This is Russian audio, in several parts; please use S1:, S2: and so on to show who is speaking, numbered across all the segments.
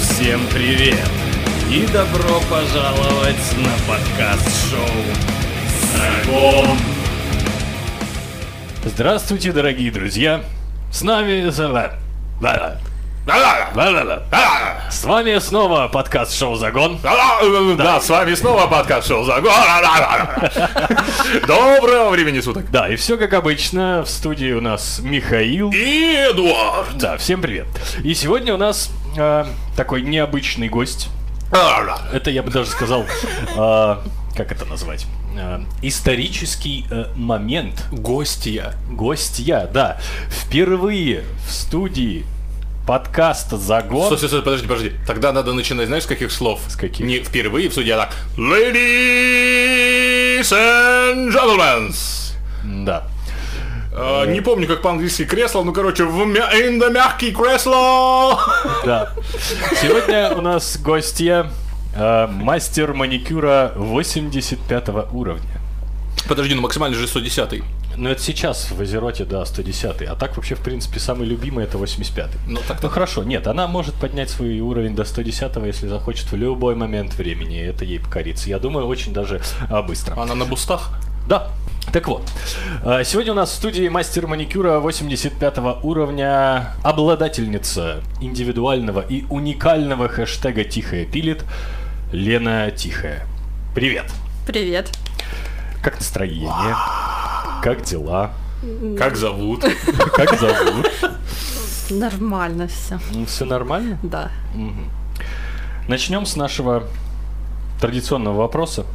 S1: Всем привет! И добро пожаловать на подкаст-шоу «Загон». Здравствуйте, дорогие друзья! С нами... С вами снова подкаст-шоу «Загон».
S2: Да, с вами снова подкаст Шоу Загон. Доброго времени суток.
S1: Да, и все как обычно. В студии у нас Михаил.
S2: И Эдуард.
S1: Да, всем привет. И сегодня у нас э, такой необычный гость.
S2: А,
S1: Это я бы даже сказал, э, как это назвать? Э, исторический э, момент.
S2: Гостья.
S1: Гостья, да. Впервые в студии подкаста «Загон».
S2: Стой, стой, стой, подожди, подожди. Тогда надо начинать, знаешь, с каких слов?
S1: С каких?
S2: Не впервые в суде, а так. Ladies and gentlemen.
S1: Да.
S2: Э, не помню, как по-английски кресло, ну, короче, в мя- in the мягкий кресло.
S1: Да. Сегодня у нас гостья э, мастер маникюра 85 уровня.
S2: Подожди, ну максимально же 110
S1: Но Ну, это сейчас в Азероте, да, 110 А так вообще, в принципе, самый любимый это 85-й. Ну
S2: Ну, так-то.
S1: хорошо, нет, она может поднять свой уровень до 110 если захочет в любой момент времени. и Это ей покорится. Я думаю, очень даже а, быстро.
S2: Она на бустах?
S1: Да. Так вот, э, сегодня у нас в студии мастер маникюра 85 уровня, обладательница индивидуального и уникального хэштега «Тихая пилит» Лена Тихая. Привет!
S3: Привет.
S1: Как настроение? Как дела?
S2: Как зовут?
S1: Как зовут?
S3: Нормально все.
S1: Все нормально?
S3: Да.
S1: Начнем с нашего традиционного вопроса.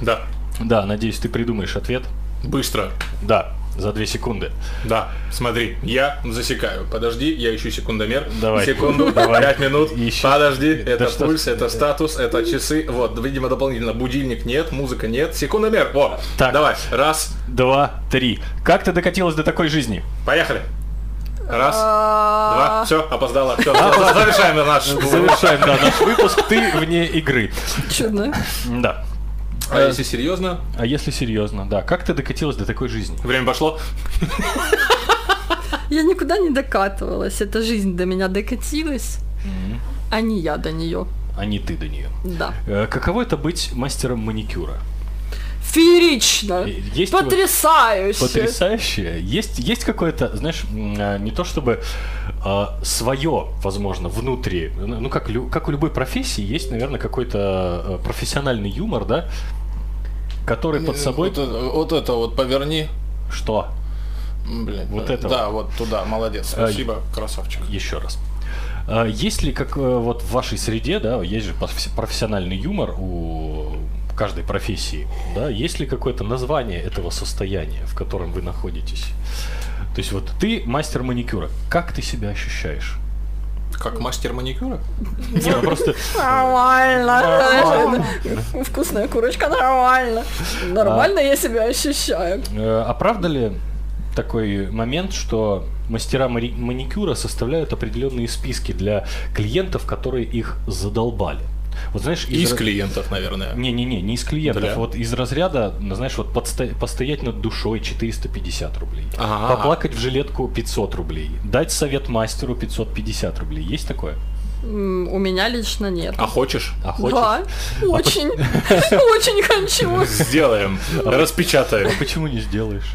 S2: Да.
S1: Да, надеюсь, ты придумаешь ответ.
S2: Быстро.
S1: Да, за две секунды.
S2: Да, смотри, я засекаю. Подожди, я ищу секундомер.
S1: Давай.
S2: Секунду,
S1: Давай.
S2: пять минут.
S1: Ищи.
S2: Подожди,
S1: Да
S2: это
S1: что
S2: пульс,
S1: ты-
S2: это статус, это часы. Вот, видимо, дополнительно. Будильник нет, музыка нет. Секундомер. Во.
S1: Так.
S2: Давай. Раз.
S1: Два, три. Как ты докатилась до такой жизни?
S2: Поехали. Раз,
S4: А.
S2: два, все, опоздала. Все, завершаем наш.
S1: Завершаем да, наш выпуск. Ты вне игры.
S3: А, Чудно.
S1: Да.
S2: А если серьезно,
S1: А если серьезно, да, как ты докатилась до такой жизни?
S2: время пошло.
S3: Я никуда не докатывалась. Эта жизнь до меня докатилась, а не я до нее.
S1: А не ты до нее. Э,
S3: Да.
S1: Каково это быть мастером маникюра?
S3: Феерично.
S1: Э, есть у вас-
S3: Потрясающе.
S1: Потрясающе. Есть, есть какое-то, знаешь, м, а, не то чтобы а, свое, возможно, внутри. Ну, ну, как, лю- как у любой профессии, есть, наверное, какой-то э, профессиональный юмор, да? Который под собой...
S2: Э, Вот это вот поверни.
S1: Что?
S2: Блин,
S1: Вот да, это да,
S2: вот туда, молодец,
S1: А, спасибо,
S2: красавчик.
S1: Еще раз. А, Есть ли, как э, вот в вашей среде, да, есть же професси- профессиональный юмор у каждой профессии, да, есть ли какое-то название этого состояния, в котором вы находитесь? То есть вот ты мастер маникюра, как ты себя ощущаешь?
S2: Как мастер маникюра?
S1: Не, ну просто
S3: Нормально. Знаешь, Вкусная курочка, нормально. Нормально я себя ощущаю.
S1: э, а правда ли такой момент, что мастера мари- маникюра составляют определенные списки для клиентов, которые их задолбали? Вот знаешь, из
S2: Из
S1: ра-
S2: клиентов, наверное.
S1: Не-не-не, не из клиентов.
S2: Э, Для?
S1: Вот из разряда, ну, знаешь, вот подсто- постоять над душой 450 рублей.
S2: Ага.
S1: Поплакать в жилетку 500 рублей. Дать совет мастеру 550 рублей. Есть такое?
S3: М, У меня лично нет.
S2: А хочешь?
S1: А хочешь?
S3: Да, очень, очень хочу.
S2: Сделаем. Распечатаем.
S1: Почему не сделаешь?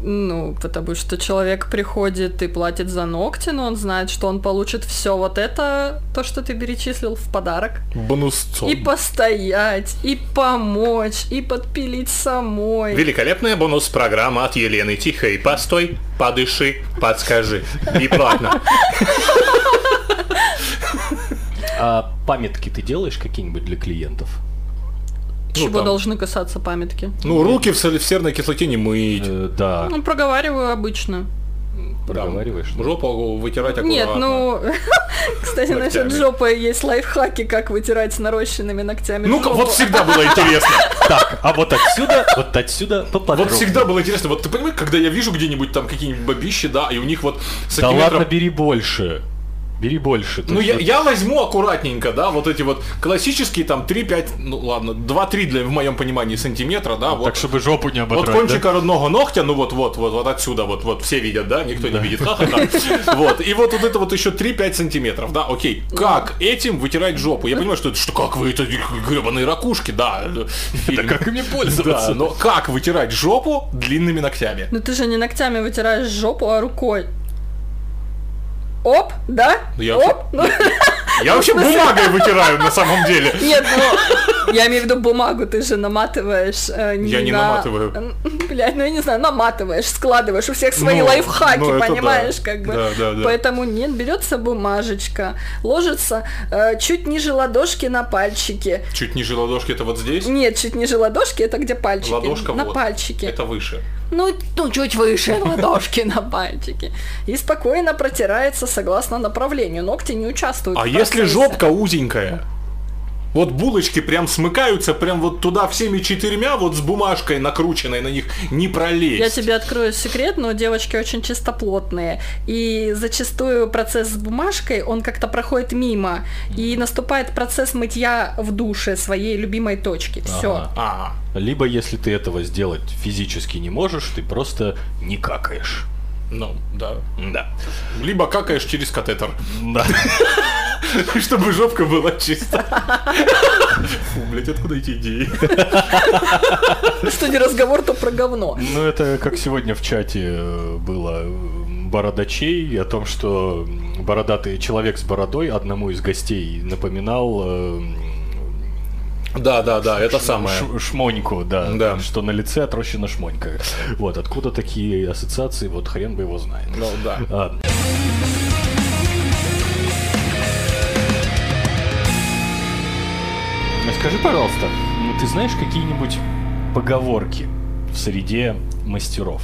S3: Ну, потому что человек приходит и платит за ногти, но он знает, что он получит все вот это, то, что ты перечислил в подарок.
S2: Бонусцом.
S3: И постоять, и помочь, и подпилить самой.
S2: Великолепная бонус-программа от Елены Тихой. Постой, подыши, подскажи. И платно.
S1: А памятки ты делаешь какие-нибудь для клиентов?
S3: Чего
S2: там.
S3: должны касаться памятки?
S2: Ну, руки в соль- в серной кислоте не мыть.
S1: Э, да.
S3: Ну, проговариваю обычно.
S1: Проговариваешь?
S2: Там Жопу вытирать аккуратно.
S3: Нет, ну... Кстати, насчет
S2: Ногтями.
S3: жопы есть лайфхаки, как вытирать с нарощенными ногтями
S2: Ну-ка,
S3: жопу.
S2: Ну, вот всегда было интересно.
S1: Так, а вот отсюда, вот отсюда поподробнее.
S2: Вот всегда было интересно. Вот ты понимаешь, когда я вижу где-нибудь там какие-нибудь бабищи, да, и у них вот
S1: Да ладно,
S2: сантиметров...
S1: бери больше. Бери больше. То
S2: Ну,
S1: есть
S2: я,
S1: вот
S2: я возьму аккуратненько, да, вот эти вот классические там 3-5, ну ладно, 2-3 для, в моем понимании сантиметра, да, вот.
S1: Ну, Так, чтобы жопу не
S2: Вот
S1: ободрать.
S2: кончик родного ногтя, ну вот, вот, вот, вот отсюда, вот, вот, все видят, да, никто не видит, ха-ха-ха. Вот, и вот, вот это вот еще 3-5 сантиметров, да, окей. Как этим вытирать жопу? Я понимаю, что это, что как вы, это гребаные ракушки, да.
S1: Да как ими
S2: Да,
S1: пользоваться?
S2: но как вытирать жопу длинными ногтями?
S4: Ну ты же не ногтями вытираешь жопу, а рукой. Оп, да?
S2: Я
S4: Оп. Ну,
S2: Я вообще бумагой вытираю на самом деле.
S4: нет, ну я имею в виду бумагу, ты же наматываешь э, не
S2: Я не
S4: на-
S2: наматываю.
S4: М, Блядь, ну я не знаю, наматываешь, складываешь, у всех свои
S2: Ну,
S4: лайфхаки,
S2: ну, это да.
S4: понимаешь, как бы.
S2: Да, да, да.
S4: Поэтому нет, берется бумажечка, ложится э, чуть ниже ладошки на пальчики.
S2: Чуть ниже ладошки это вот здесь,
S4: Нет, чуть ниже ладошки, это где пальчики.
S2: Ладошка
S4: на
S2: вот.
S4: пальчики.
S2: это выше.
S4: Ну, ну, чуть выше ладошки на пальчике. И спокойно протирается согласно направлению. Ногти не участвуют. в
S2: А если
S4: процессе.
S2: жопка узенькая? Вот булочки прям смыкаются, прям вот туда всеми четырьмя, вот с бумажкой накрученной на них не пролезть.
S4: Я тебе открою секрет, но девочки очень чистоплотные. И зачастую процесс с бумажкой, он как-то проходит мимо. И наступает процесс мытья в душе своей любимой точки. Все.
S1: Ага.
S2: А,
S1: Либо если ты этого сделать физически не можешь, ты просто не какаешь.
S2: ну, да.
S1: Да.
S2: Либо какаешь через катетер,
S1: Да.
S2: чтобы жопка была чиста. Фу, блядь, откуда эти идеи?
S4: Ну, Что не разговор, то про говно.
S1: Ну, это как сегодня в чате э, было э, бородачей о том, что м, бородатый человек с бородой одному из гостей напоминал э,
S2: Да, да, да, это
S1: ш-
S2: самое.
S1: ш- шмоньку, да,
S2: Да.
S1: что на лице отрощена шмонька. Вот, откуда такие ассоциации, вот хрен бы его знает.
S2: Ну да.
S1: А, А Скажи, пожалуйста, ну, ты знаешь какие-нибудь поговорки в среде мастеров?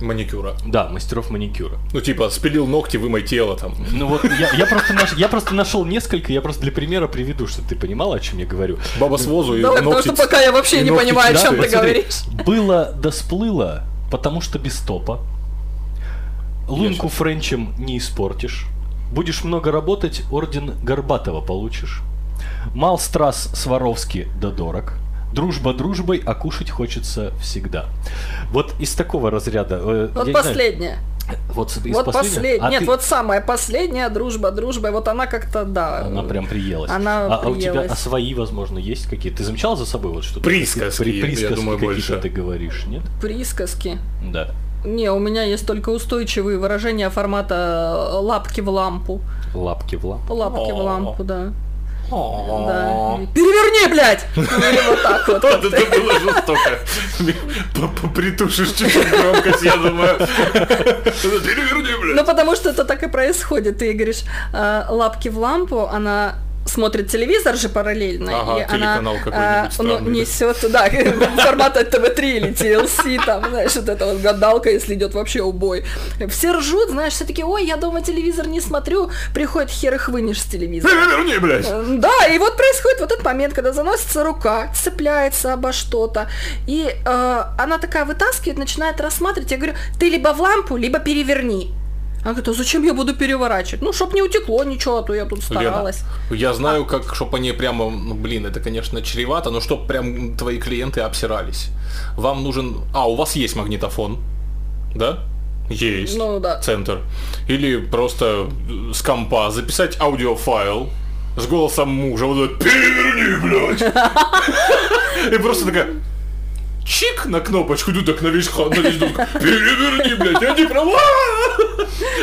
S2: Маникюра.
S1: Да, мастеров маникюра.
S2: Ну типа, спилил ногти, вымой тело там.
S1: Ну вот, я, я просто наш- я просто нашел несколько, я просто для примера приведу, чтобы ты понимала, о чем я говорю.
S2: Баба с возу и
S4: Давай, потому
S2: ногти.
S4: что пока я вообще
S2: и
S4: не
S2: ногти
S4: понимаю, о чем
S2: чистые.
S4: ты
S2: Смотри,
S4: говоришь.
S1: Было да сплыло, потому что без топа. Лунку
S2: щас-
S1: френчем не испортишь. Будешь много работать, орден Горбатова получишь. Мал страс Сваровски да дорог. Дружба дружбой, а кушать хочется всегда. Вот из такого разряда... э, я
S4: Вот
S1: не знаю,
S4: последнее.
S1: вот с- из
S4: вот
S1: последнего?
S4: последняя.
S1: А
S4: Нет,
S1: ты-
S4: вот самая последняя дружба, дружба. И вот она как-то, да.
S1: Она прям приелась.
S4: Она
S1: а, а у тебя,
S4: приелась.
S1: а свои, возможно, есть какие-то? Ты замечал за собой вот что-то?
S2: Присказки, я
S1: присказки
S2: думаю,
S1: какие-то
S2: больше.
S1: ты говоришь, нет?
S4: Присказки.
S1: Да.
S4: Не, у меня есть только устойчивые выражения формата э, лапки в лампу.
S1: Лапки в лапу.
S4: Лапки в
S2: О.
S4: лампу, да.
S2: О.
S4: Да. И Переверни, блядь! Ну, или вот так вот.
S2: Вот это было жестоко. П- п- Притушишь чуть-чуть громкость, я думаю. Переверни,
S4: Ну,
S2: блядь.
S4: потому что это так и происходит. Ты говоришь, э, лапки в лампу, она смотрит телевизор же параллельно,
S2: Ага,
S4: и она
S2: телеканал какой-нибудь
S4: э, ну,
S2: странный.
S4: несет туда формата ТВ3 или TLC, там, знаешь, вот эта вот гадалка, если идет вообще убой. Все ржут, знаешь, все такие, ой, я дома телевизор не смотрю, приходит хер их вынешь с телевизора.
S2: Переверни, блядь.
S4: Э, Да, и вот происходит вот этот момент, когда заносится рука, цепляется обо что-то, и э, она такая вытаскивает, начинает рассматривать, я говорю, ты либо в лампу, либо переверни. Она говорит, а зачем я буду переворачивать? Ну, чтоб не утекло ничего, а то я тут старалась.
S2: Лена, я знаю, как, чтобы они прямо, ну, блин, это, конечно, чревато, но чтоб прям твои клиенты обсирались. Вам нужен... А, у вас есть магнитофон? Да? Есть.
S4: Ну да.
S2: Центр. Или просто э, с компа записать аудиофайл с голосом мужа. Вот этот, переверни, блядь. И просто такая... Чик на кнопочку, ты так на весь ха- на весь дом, Переверни, блядь, я не права.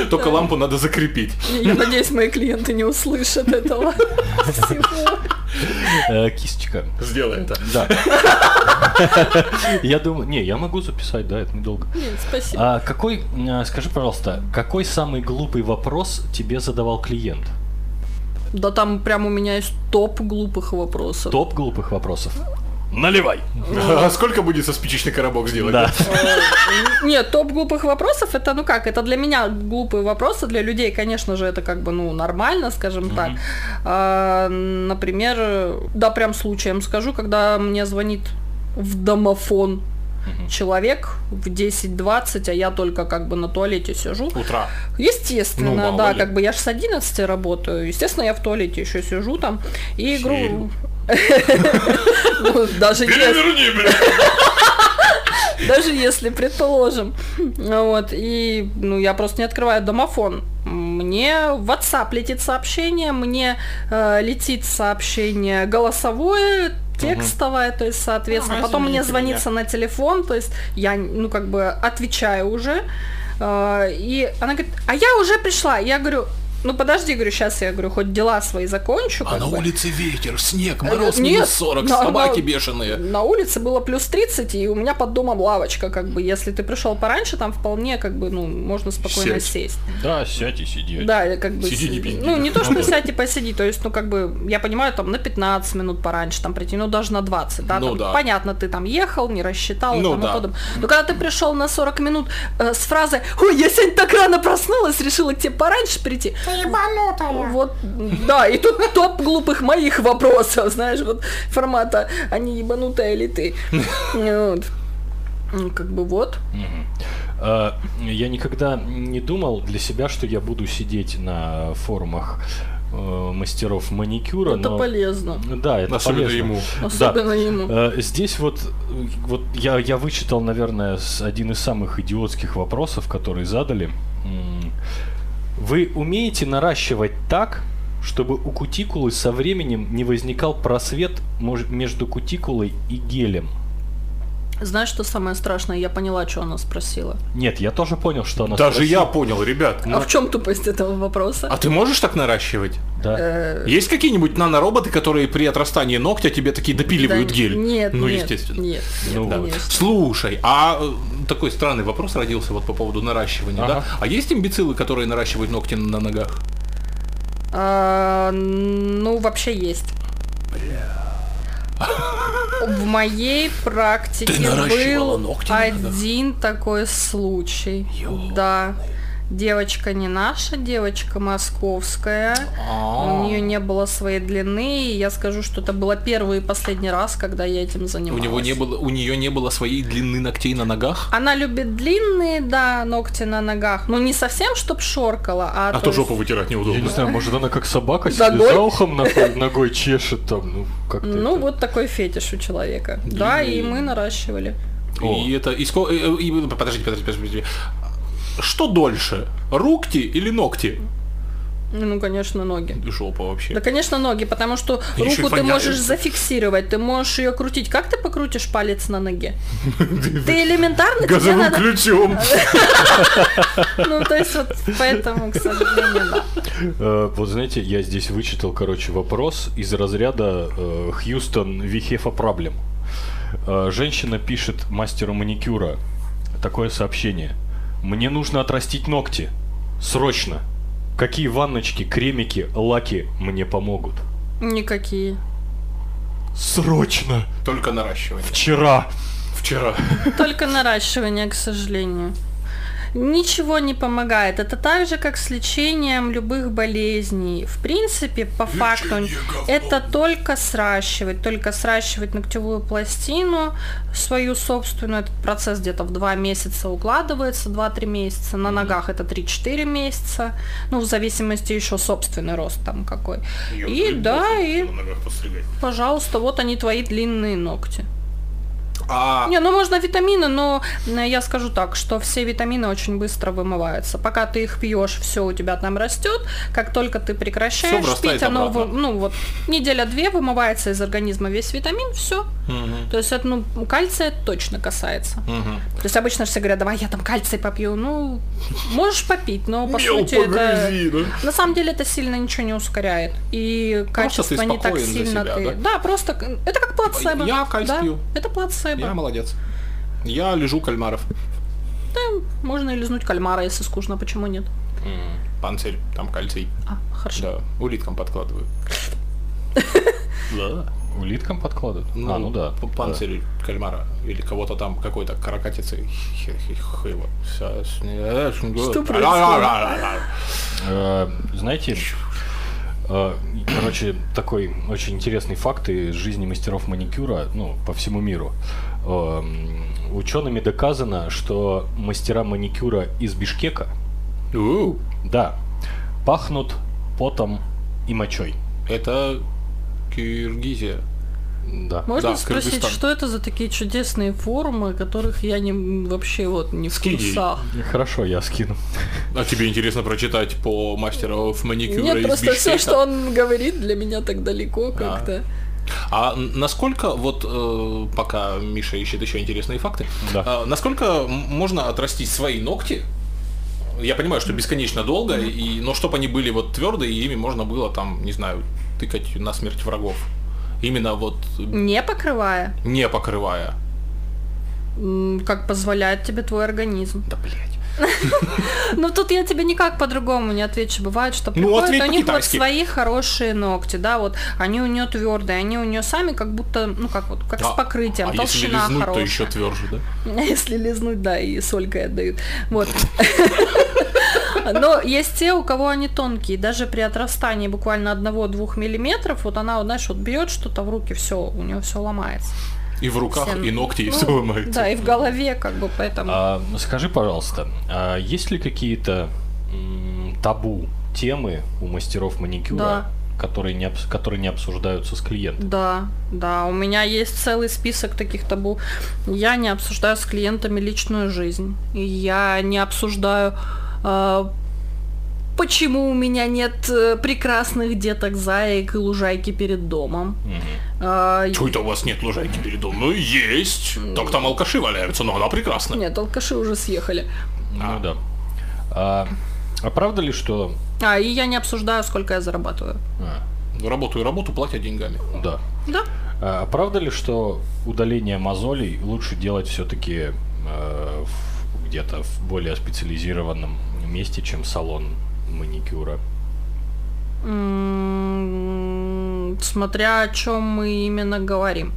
S2: Только лампу надо закрепить.
S4: Я надеюсь, мои клиенты не услышат этого всего.
S1: Э, кисточка.
S2: Сделай это.
S1: Да. Я думаю, не, я могу записать, да, это недолго.
S4: Нет, спасибо.
S1: А какой, э, скажи, пожалуйста, какой самый глупый вопрос тебе задавал клиент?
S4: Да там прям у меня есть топ глупых вопросов.
S1: Топ глупых вопросов. Наливай.
S2: А сколько будет со спичечный коробок сделать?
S1: Да.
S4: Нет, топ глупых вопросов это, ну как, это для меня глупые вопросы, для людей, конечно же, это как бы, ну, нормально, скажем так. А, Например, да, прям случаем скажу, когда мне звонит в домофон человек в 10-20, а я только как бы на туалете сижу.
S2: Утра.
S4: Естественно,
S2: Ну, мало
S4: да,
S2: ли.
S4: как бы я же с 11 работаю, естественно, я в туалете еще сижу там и игру...
S2: Чилю.
S4: Ну, Даже если
S2: Переверни, блядь.
S4: даже если, предположим. Ну Вот, и ну, я просто не открываю домофон. Мне в WhatsApp летит сообщение, мне э, летит сообщение голосовое, текстовое, то есть, соответственно.
S2: Ну,
S4: Потом мне
S2: извините
S4: звонится на телефон, то есть я, ну, как бы отвечаю уже. Э, и она говорит, а я уже пришла. Я говорю, ну подожди, говорю, сейчас я говорю, хоть дела свои закончу.
S5: А
S4: как
S5: на
S4: бы».
S5: улице ветер, снег, мороз,
S4: Нет,
S5: минус 40,
S4: на-
S5: собаки
S4: на-
S5: бешеные.
S4: На улице было плюс 30, и у меня под домом лавочка, как бы, если ты пришел пораньше, там вполне, как бы, ну, можно спокойно
S5: Сядь.
S4: сесть.
S1: Да, сядь и сиди.
S4: Да, и как бы...
S2: Сиди,
S4: с-
S2: не пизди.
S4: ну, не то, что сядь и посиди, то есть, ну, как бы, я понимаю, там, на 15 минут пораньше, там, прийти, ну, даже на 20, да,
S5: Ну
S4: там,
S5: да.
S4: понятно, ты там ехал, не рассчитал и
S2: Ну
S4: тому
S2: да.
S4: подобное. Но когда ты пришел на 40 минут э, с фразой «Ой, я сегодня так рано проснулась, решила к тебе пораньше прийти»,
S6: Ты ебанутая.
S4: Вот, да, и тут топ глупых моих вопросов, знаешь, вот формата «Они ебанутая или ты?» Вот. Ну, Как бы вот.
S1: Мгм. Э, Я никогда не думал для себя, что я буду сидеть на форумах э, мастеров маникюра.
S4: Это
S1: но-
S4: полезно.
S1: Да, это
S2: Особенно
S1: полезно.
S2: ему.
S1: Да.
S4: Особенно ему.
S1: Э, Здесь вот, э, вот я, я вычитал, наверное, с- один из самых идиотских вопросов, которые задали. М, Вы умеете наращивать так, чтобы у кутикулы со временем не возникал просвет мож- между кутикулой и гелем?
S4: Знаешь, что самое страшное? Я поняла, что она спросила.
S1: Нет, я тоже понял, что она
S2: Даже я
S1: спросила.
S2: понял, ребят.
S4: А в чем тупость этого вопроса?
S2: Ну, А ты можешь так наращивать?
S1: Да.
S4: Э,
S2: Есть какие-нибудь нанороботы, которые при отрастании ногтя тебе такие допиливают
S4: да,
S2: гель?
S4: Нет,
S2: Ну,
S4: нет,
S2: естественно.
S4: Нет, нет,
S1: Ну, вот.
S4: конечно.
S2: Слушай, а э, такой странный вопрос родился вот по поводу наращивания,
S1: Ага.
S2: да? А есть имбецилы, которые наращивают ногти на ногах?
S4: А, ну, вообще есть. В моей практике
S5: Ты наращивала
S4: был
S5: ногти на ногах?
S4: один такой случай. Да. Девочка не наша, девочка московская.
S2: А.
S4: У нее не было своей длины. И я скажу, что это было первый и последний раз, когда я этим
S2: У
S4: занималась.
S2: него не было, у нее не было своей длины ногтей на ногах?
S4: Она любит длинные, да, ногти на ногах. Ну, не совсем, чтоб шоркала, а...
S2: А
S4: то
S2: то
S4: есть-
S2: жопу вытирать
S1: Я не
S2: неудобно.
S1: знаю, может она как собака себе
S4: Ногой?
S1: за ухом ногой, ногой чешет там, ну как-то.
S4: Ну,
S1: это-
S4: вот такой фетиш у человека. Да, и мы наращивали.
S1: О.
S2: И это... и ско- э, э, и- подожди, подожди, подожди, подожди. Что дольше? Рукти или ногти?
S4: Ну, конечно, ноги.
S2: Жопа вообще.
S4: Да, конечно, ноги, потому что
S2: Да ещё и
S4: руку ты
S2: воняет.
S4: можешь зафиксировать, ты можешь ее крутить. Как ты покрутишь палец на ноге? Ты элементарно тебе
S2: Газовым
S4: надо...
S2: ключом.
S4: Ну, то есть вот поэтому, к сожалению, да.
S1: Э, Вот знаете, я здесь вычитал, короче, вопрос из разряда э, Хьюстон Вихефа Проблем. Э, Женщина пишет мастеру маникюра такое сообщение. Мне нужно отрастить ногти. Срочно. Какие ванночки, кремики, лаки мне помогут?
S4: Никакие.
S1: Срочно!
S2: Только наращивание.
S1: Вчера!
S2: Вчера.
S4: Только наращивание, к сожалению. Ничего не помогает. Это так же, как с лечением любых болезней. В принципе, по факту, это только сращивать. Только сращивать ногтевую пластину, свою собственную. Этот процесс где-то в 2 месяца укладывается, 2-3 месяца. На ногах это 3-4 месяца. Ну, в зависимости еще собственный рост там какой. И да, и, пожалуйста, вот они твои длинные ногти.
S2: А,
S4: Не, ну можно витамины, но э, я скажу так, что все витамины очень быстро вымываются. Пока ты их пьешь, все у тебя там растет. Как только ты прекращаешь
S2: врастает
S4: пить, оно
S2: обратно.
S4: вы- ну вот неделя-две вымывается из организма весь витамин, все. То есть это, ну, кальция точно касается. То есть обычно же все говорят, давай я там кальций попью. Ну, можешь попить, но ну, по сути это.
S1: ну.
S4: На самом деле это сильно ничего не ускоряет. И
S2: Просто
S4: качество
S2: ты
S4: не так
S2: спокоен за
S4: сильно
S2: себя,
S4: ты.
S2: да?
S4: просто к- это как плацебо.
S2: Я кальций
S4: да?
S2: пью.
S4: Это плацебо.
S2: Я молодец. Я лежу кальмаров.
S4: Можно и лизнуть кальмара, если скучно, почему нет?
S2: Панцирь, там кальций.
S4: А, хорошо.
S2: Да, улиткам подкладываю.
S1: Да. Улиткам подкладывают? а, ну да.
S2: п- Панцирь кальмара или кого-то там, какой-то каракатицы. Хе- хе- хыло. Вся с- э,
S4: Что происходит?
S2: Ра-ра-ра-ра-ра.
S1: Э, знаете, э, короче, такой очень интересный факт из жизни мастеров маникюра, ну, по всему миру. эм, учеными доказано, что мастера маникюра из Бишкека,
S2: Уу,
S1: да, пахнут потом и мочой.
S2: Это Киргизия.
S1: Да.
S4: Можно
S2: Да,
S4: спросить,
S2: Кыргызстан.
S4: что это за такие чудесные форумы, которых я не вообще вот не в
S2: Скиди.
S4: курсах?
S1: Хорошо, я скину.
S2: А тебе интересно прочитать по мастеров маникюра
S3: Нет,
S2: из
S3: просто все,
S2: Бишкека?
S3: что он говорит, для меня так далеко как-то.
S2: А н- насколько, вот э, пока Миша ищет еще интересные факты,
S1: Да.
S2: э, насколько м- можно отрастить свои ногти? Я понимаю, что бесконечно долго, и, но чтобы они были вот твердые, и ими можно было там, не знаю, тыкать на смерть врагов. Именно вот
S4: Не покрывая,
S2: не покрывая.
S4: м, как позволяет тебе твой организм.
S2: Да блять.
S4: Ну тут я тебе никак по-другому не отвечу. Бывает, что приходят,
S2: Ну, ответь
S4: у них вот
S2: по-китайски.
S4: свои хорошие ногти, да, вот они у нее твердые, они у нее сами как будто, ну как вот, как с покрытием,
S2: а если
S4: толщина
S2: лизнуть, то
S4: хорошая.
S2: еще тверже, да?
S3: Если лизнуть, да, и с Ольгой отдают.
S4: Вот. Но есть те, у кого они тонкие. Даже при отрастании буквально 1-2 миллиметров, вот она, вот, знаешь, вот бьет что-то в руки, все, у нее все ломается.
S2: И в руках,
S4: Всем-
S2: и ногти, и
S4: ну,
S2: все ломается.
S4: Да, и в голове, как бы, поэтому.
S1: А, скажи, пожалуйста, а есть ли какие-то м, табу темы у мастеров маникюра,
S4: Да.
S1: которые, не обс- которые не обсуждаются с клиентом?
S4: Да, да, у меня есть целый список таких табу. Я не обсуждаю с клиентами личную жизнь. И Я не обсуждаю, э, почему у меня нет э, прекрасных деток, заек и лужайки перед домом. Э,
S2: Чё это у вас нет лужайки перед домом? Ну есть. Так там алкаши валяются, но она прекрасна.
S3: Нет, алкаши уже съехали.
S1: Ну да. А, а правда ли, что...
S4: А, и я не обсуждаю, сколько я зарабатываю.
S1: а,
S2: Работаю работу, платят деньгами.
S1: да.
S4: Да.
S1: А, правда ли, что удаление мозолей лучше делать все-таки где-то в более специализированном месте, чем салон маникюра?
S4: М, М-м-м, Смотря о чем мы именно говорим.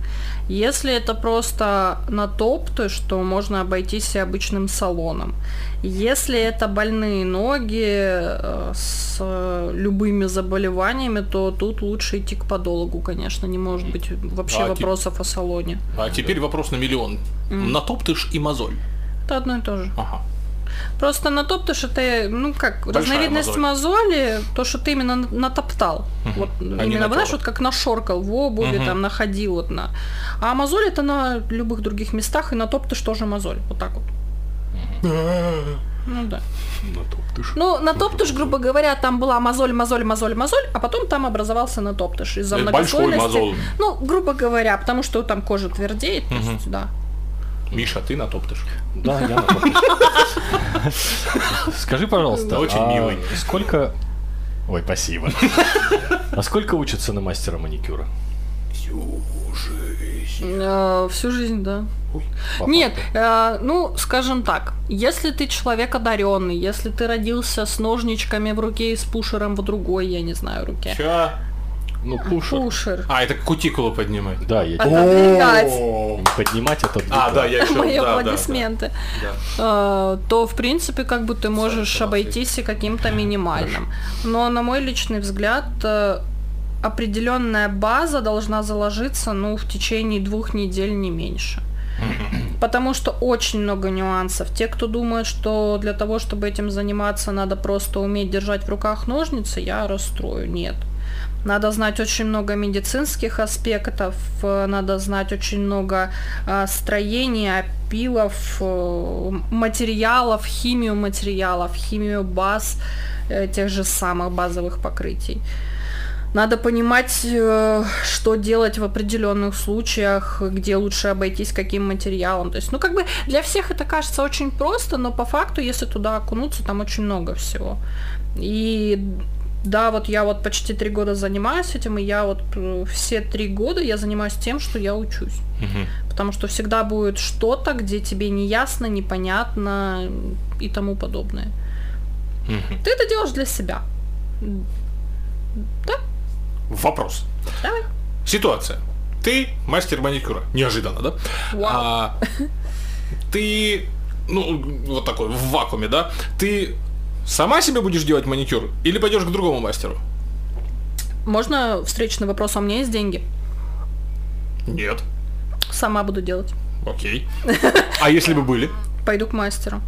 S4: Если это просто на топ, то что можно обойтись и обычным салоном. Если это больные ноги э, с э, любыми заболеваниями, то тут лучше идти к подологу, конечно. Не может быть вообще
S2: А, тип-
S4: вопросов о салоне.
S2: А теперь вопрос на миллион. Натоптыш и мозоль.
S4: Это одно и то же.
S2: Ага.
S4: Просто натоптыш это, ну как,
S2: Большая
S4: разновидность мозоли, то, что ты именно натоптал. Вот
S2: А не
S4: именно,
S2: натёр.
S4: знаешь, вот как нашоркал в обуви,
S2: Мгм.
S4: там находил вот на. А мозоль это на любых других местах, и натоптыш тоже мозоль. Вот так вот. Ну да.
S1: Натоптыш.
S4: Ну, натоптыш, грубо говоря, там была мозоль, мозоль, мозоль, мозоль, а потом там образовался натоптыш из-за
S2: Это Э, большой
S4: многослойности.
S2: мозоль.
S4: Ну, грубо говоря, потому что там кожа твердеет, то есть, да.
S2: Миша, ты натоптыш.
S1: Да, я натоптыш. Скажи, пожалуйста,
S2: Очень
S1: а
S2: милый.
S1: сколько... Ой, спасибо. А сколько учатся на мастера маникюра?
S4: Э, Всю жизнь, да.
S1: По
S4: Нет,
S1: факту.
S4: э, ну, скажем так, если ты человек одаренный, если ты родился с ножничками в руке и с пушером в другой, я не знаю, руке.
S2: Чё?
S1: Ну, пушер.
S4: Пушер.
S2: А, это кутикулу поднимать.
S1: Да, я не
S4: Отодвигать.
S1: поднимать это
S2: А, да, я еще...
S4: Мои
S2: да, да,
S4: аплодисменты.
S2: да.
S4: Э, То, в принципе, как бы ты можешь
S2: согласен.
S4: обойтись и каким-то минимальным. Но, на мой личный взгляд, э, определенная база должна заложиться, ну, в течение двух недель не меньше. Потому что очень много нюансов. Те, кто думает, что для того, чтобы этим заниматься, надо просто уметь держать в руках ножницы, я расстрою. Нет. Надо знать очень много медицинских аспектов, э, надо знать очень много э, строений, опилов, э, материалов, химию материалов, химию баз, э, тех же самых базовых покрытий. Надо понимать, э, что делать в определенных случаях, где лучше обойтись каким материалом. То есть, ну как бы для всех это кажется очень просто, но по факту, если туда окунуться, там очень много всего. И да, вот я вот почти три года занимаюсь этим, и я вот э, все три года я занимаюсь тем, что я учусь.
S2: Мгм.
S4: Потому что всегда будет что-то, где тебе не ясно, непонятно и тому подобное.
S2: Мгм.
S4: Ты это делаешь для себя.
S2: Вопрос.
S4: Давай.
S2: Ситуация. Ты мастер маникюра. Неожиданно, да?
S4: Вау.
S2: А, ты, ну, вот такой, в вакууме, да? Ты сама себе будешь делать маникюр или пойдешь к другому мастеру?
S4: Можно встречный вопрос, а у меня есть деньги?
S2: Нет.
S4: Сама буду делать.
S2: Окей. А если бы были?
S4: Пойду к мастеру.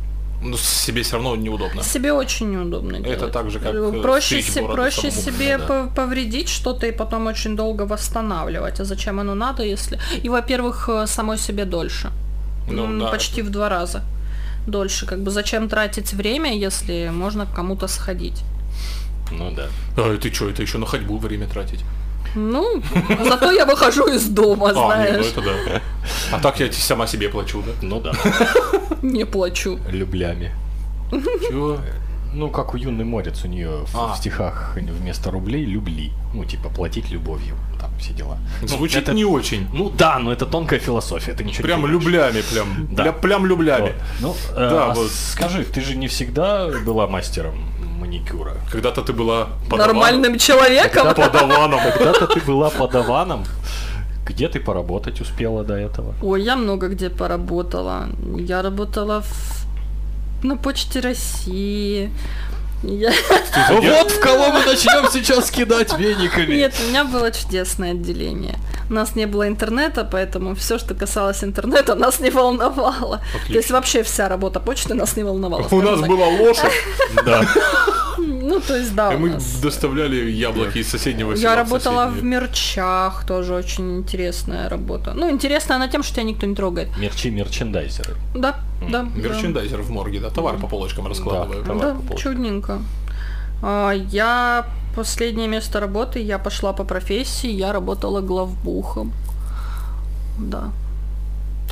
S2: Ну, себе все равно неудобно.
S4: Себе очень неудобно делать.
S2: так же, как, э,
S4: проще,
S2: стричь
S4: се-
S2: бороду
S4: проще
S2: самому,
S4: себе
S2: да.
S4: по- повредить что-то и потом очень долго восстанавливать. А зачем оно надо, если... И, во-первых, э, самой себе дольше.
S2: Ну,
S4: М,
S2: да.
S4: Почти в два раза дольше. Как бы зачем тратить время, если можно к кому-то сходить?
S1: Ну да.
S2: А ты что, это еще на ходьбу время тратить?
S4: Ну, зато я выхожу из дома,
S2: А, ну, ну
S4: знаешь.
S2: это да. А так я сама себе плачу, да?
S1: Ну да,
S4: Не плачу.
S1: люблями.
S2: Чего?
S1: Ну, как у юный морец, у нее в,
S2: А.
S1: в стихах вместо рублей любли. Ну, типа, платить любовью, там все дела. Ну,
S2: Звучит
S1: это-
S2: не очень.
S1: Ну да, но это тонкая философия, это ничего
S2: Прям
S1: не
S2: люблями, прям.
S1: Да.
S2: Бля- Прям
S1: Вот.
S2: люблями.
S1: Ну, э,
S2: Да,
S1: а
S2: вот.
S1: скажи, ты же не всегда была мастером маникюра.
S2: Когда-то ты была подаваном.
S4: Нормальным человеком.
S2: Подаваном.
S1: Когда-то ты была подаваном. Где ты поработать успела до этого?
S4: Ой, я много где поработала. Я работала в- на Почте России. Я-
S1: Вот в кого мы начнем сейчас кидать вениками.
S4: Нет, у меня было чудесное отделение. У нас не было интернета, поэтому все, что касалось интернета, нас не волновало. То есть вообще вся работа почты нас не волновала.
S2: У
S4: скажем
S2: нас
S4: так.
S2: была лошадь,
S1: Да.
S4: Ну, то есть, да,
S2: и
S4: у
S2: мы
S4: нас.
S2: доставляли яблоки из соседнего села
S4: Я
S2: в
S4: работала в
S2: соседнее.
S4: мерчах, тоже очень интересная работа. Ну, интересная она тем, что тебя никто не трогает.
S1: Мерчи мерчендайзеры.
S4: Да, да. да.
S2: Мерчендайзер в морге, да, товар по полочкам раскладываю.
S1: Да.
S4: Да,
S1: по полочкам.
S4: чудненько. А, Я последнее место работы, я пошла по профессии, я работала главбухом. Да.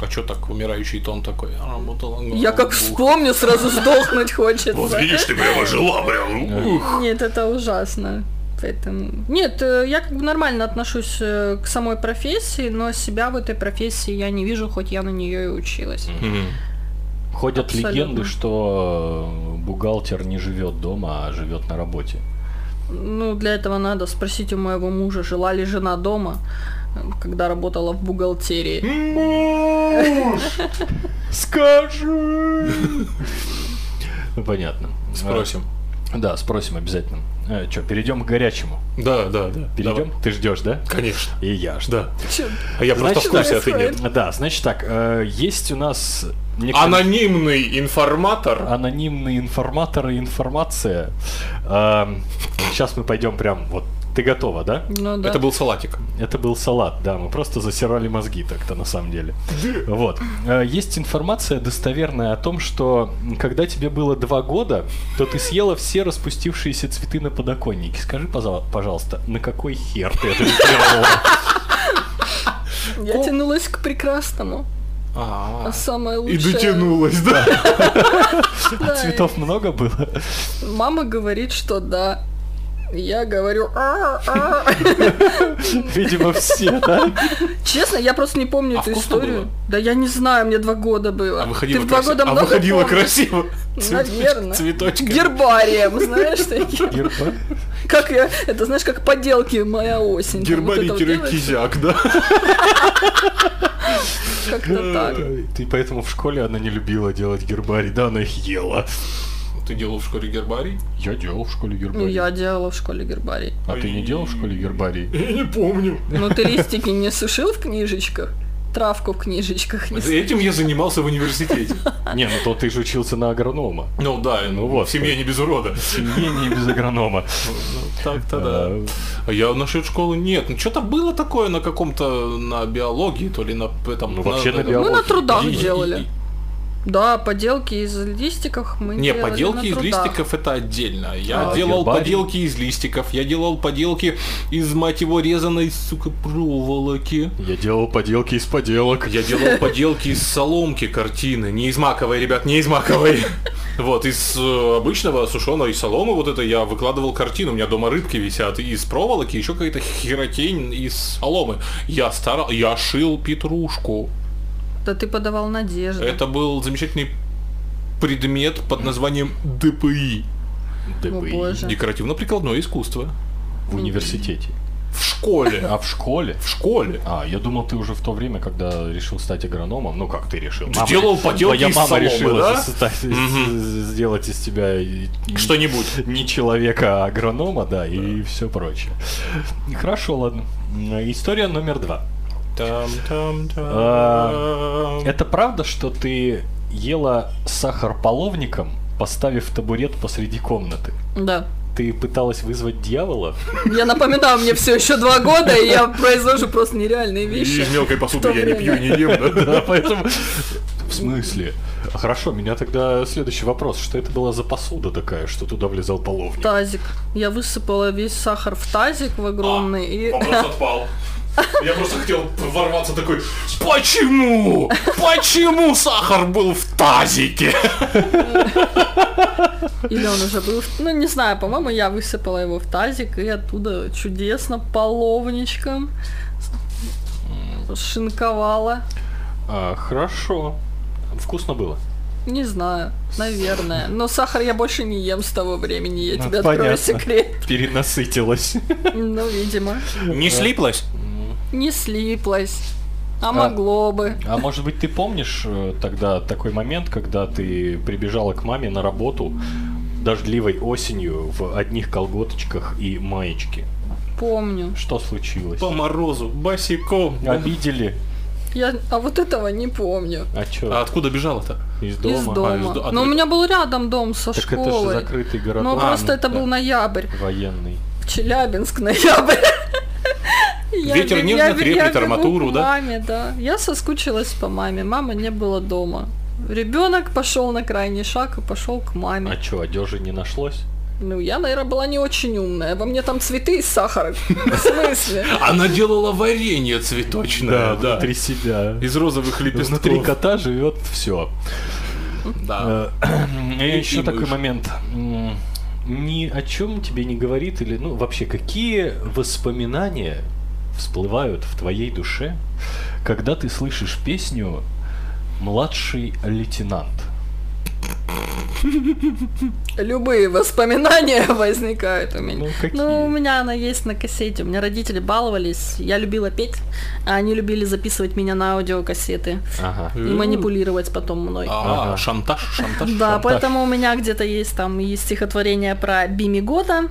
S2: А чё так умирающий тон такой? Я работала на
S4: Я как
S2: двух.
S4: вспомню, сразу сдохнуть
S2: Вот
S4: хочется.
S2: видишь, ты прямо жила, прям. ух.
S4: Нет, это ужасно. Поэтому... Нет, э, я как бы нормально отношусь э, к самой профессии, но себя в этой профессии я не вижу, хоть я на нее и училась.
S2: Мгм.
S1: Ходят
S4: Абсолютно.
S1: легенды, что э, бухгалтер не живет дома, а живет на работе.
S4: Ну, для этого надо спросить у моего мужа, жила ли жена дома, э, когда работала в бухгалтерии.
S2: М-м-м.
S1: Скажи! Ну, понятно.
S2: Спросим.
S1: Э, Да, спросим обязательно. Че, перейдем к горячему.
S2: Да, да, да.
S1: Перейдем?
S2: Давай.
S1: Ты ждешь, да?
S2: Конечно.
S1: И я жду.
S2: Да. А я просто в
S1: Значит,
S2: курсе, а ты
S4: происходит?
S2: нет.
S1: Да, значит так, э, есть у нас некоторые-
S2: Анонимный информатор.
S1: анонимные информаторы и информация. Сейчас мы пойдем прям вот. Ты готова, да?
S4: Ну да.
S2: Это был салатик.
S1: Это был салат, да, мы просто засирали мозги так-то на самом деле. Вот. Э, Есть информация достоверная о том, что м, когда тебе было два года, то ты съела все распустившиеся цветы на подоконнике. Скажи, пожал- пожалуйста, на какой хер ты это сделала?
S4: Я тянулась к прекрасному.
S2: А.
S4: А самое
S2: И
S4: лучшее...
S2: дотянулась, да.
S4: Да,
S1: Цветов много было?
S4: и Мама говорит, что да. Я говорю... «А, а».
S1: Видимо, все, да?
S4: Честно, я просто не помню
S2: А
S4: эту
S2: вкусно
S4: историю.
S2: было?
S4: Да я не знаю, мне два года было.
S2: А
S4: Ты
S2: выходила
S4: в два
S2: красиво.
S4: года
S2: А
S4: много
S2: выходила
S4: помнишь?
S2: красиво.
S4: Наверно.
S2: Цветочки.
S4: Гербарием, знаешь, такие.
S1: Герба-
S4: Как я, это знаешь, как поделки моя осень. Там вот
S2: Гербарий
S4: это вот
S2: тире
S4: делаешь,
S2: кизяк, да?
S4: Как-то так.
S1: Э, Ты поэтому в школе она не любила делать гербарий, да, она их ела.
S2: Ты делал в школе гербарий?
S1: Я делал в школе
S4: Ну,
S1: гербарий.
S4: я делала в школе гербарий.
S1: А ты не делал в школе гербарий?
S2: Я не помню.
S4: Ну, ты листики не сушил в книжечках? Травку в книжечках не сушил?
S2: Этим я занимался в университете.
S4: А.
S1: Не, ну то ты же учился на агронома.
S2: Ну да,
S1: Ну вот.
S2: в семье не без урода.
S1: Гений без агронома.
S2: ну, Так-то
S1: Э,
S2: А я в нашей школы нет. Ну что-то было такое на каком-то, на биологии, то ли на этом...
S1: Ну, вообще на
S4: Мы
S1: биологии.
S4: на трудах
S2: И- и-
S4: делали. Да, поделки из листиков мы
S2: Не,
S4: делали на
S2: поделки из
S4: трудах.
S2: листиков это отдельно. Я
S1: А,
S2: делал
S1: гербарий?
S2: поделки из листиков, я делал поделки из, мать его, резаной, сука, проволоки.
S1: Я делал поделки из поделок.
S2: Я делал поделки из соломки картины, не из маковой, ребят, не из маковой. Вот, из э, обычного сушеной соломы вот это я выкладывал картину. У меня дома рыбки висят и из проволоки, еще какая-то херотень из соломы. Я старал, я шил петрушку.
S4: Да ты подавал надежду.
S2: Это был замечательный предмет под названием ДПИ.
S1: ДБИ.
S4: О, боже. Да.
S2: Декоративно-прикладное искусство.
S1: В университете.
S2: В школе.
S1: А в школе?
S2: В школе.
S1: А, я думал, ты уже в то время, когда решил стать агрономом, ну как ты решил?
S2: Ты делал поделки
S1: твоя
S2: из
S1: мама
S2: соломы,
S1: решила
S2: да?
S1: за- стать- с- сделать из тебя и- и-
S2: Что-нибудь.
S1: не человека, а агронома, да, и все прочее. Хорошо, ладно. М, История номер два.
S2: Там, там,
S1: А,
S2: там.
S1: Это правда, что ты ела сахар половником, поставив табурет посреди комнаты?
S4: Да.
S1: Ты пыталась вызвать дьявола?
S4: Я напоминаю, мне все еще два года, и я произвожу просто нереальные
S2: И из
S4: вещи.
S2: мелкой посуды
S4: В то
S2: я не пью
S4: время.
S2: и не ем, да?
S1: Да, поэтому... В смысле? Хорошо, меня тогда следующий вопрос. Что это была за посуда такая, что туда влезал половник?
S4: Тазик. Я высыпала весь сахар в тазик в огромный и...
S2: Вопрос отпал. Я просто хотел ворваться такой, почему? Почему сахар был в тазике?
S4: Или он уже был... в- Ну, не знаю, по-моему, я высыпала его в тазик, и оттуда чудесно половничком с- шинковала.
S1: А, хорошо. Вкусно было?
S4: Не знаю, наверное. Но сахар я больше не ем с того времени, я
S1: Ну,
S4: тебе открою
S1: понятно.
S4: секрет.
S1: Перенасытилась.
S4: Ну, видимо.
S2: Не слиплась?
S4: Не слиплась. А могло бы.
S1: А может быть ты помнишь э, тогда такой момент, когда ты прибежала к маме на работу дождливой осенью в одних колготочках и маечке?
S4: Помню.
S1: Что случилось?
S2: По морозу, босиком.
S1: Обидели?
S4: Я... А вот этого не помню.
S1: А чё?
S2: А откуда бежала-то?
S1: Из дома? А,
S4: Из
S2: А, из
S4: дома.
S2: до- а
S4: Но у
S2: ты-
S4: меня был рядом дом со
S1: Так это же
S4: школой.
S1: закрытый
S4: Но
S1: городок
S2: А,
S4: просто
S2: ну,
S4: это
S2: да.
S4: был ноябрь.
S1: военный.
S4: В Челябинск ноябрь. Я
S2: Ветер
S4: бе-
S2: нежно
S4: я бе-
S2: треплет
S4: я бегу
S2: арматуру,
S4: к
S2: да?
S4: Маме, да. Я соскучилась по маме. Мамы не было дома. Ребенок пошел на крайний шаг и пошел к
S1: А
S4: маме.
S1: чё, одежи не нашлось?
S4: Ну, я, наверное, была не очень умная. Во мне там цветы из сахара. В смысле?
S2: Она делала варенье цветочное, да.
S1: внутри себя.
S2: Из розовых лепестков.
S1: Внутри кота живет все.
S2: Да.
S1: Э, И
S2: И-
S1: еще
S2: и
S1: такой
S2: мышь.
S1: момент. М, Ни о чем тебе не говорит или, ну, вообще, какие воспоминания всплывают в твоей душе, когда ты слышишь песню «Младший лейтенант»?
S4: Любые воспоминания возникают у меня.
S1: Ну, какие?
S4: Ну, у меня она есть на кассете. У меня родители баловались. Я любила петь, а они любили записывать меня на аудиокассеты
S1: Ага.
S4: и манипулировать потом мной.
S2: А,
S1: Ага.
S2: шантаж, шантаж.
S4: Да,
S1: шантаж.
S4: поэтому у меня где-то есть там и стихотворение про Бимигота.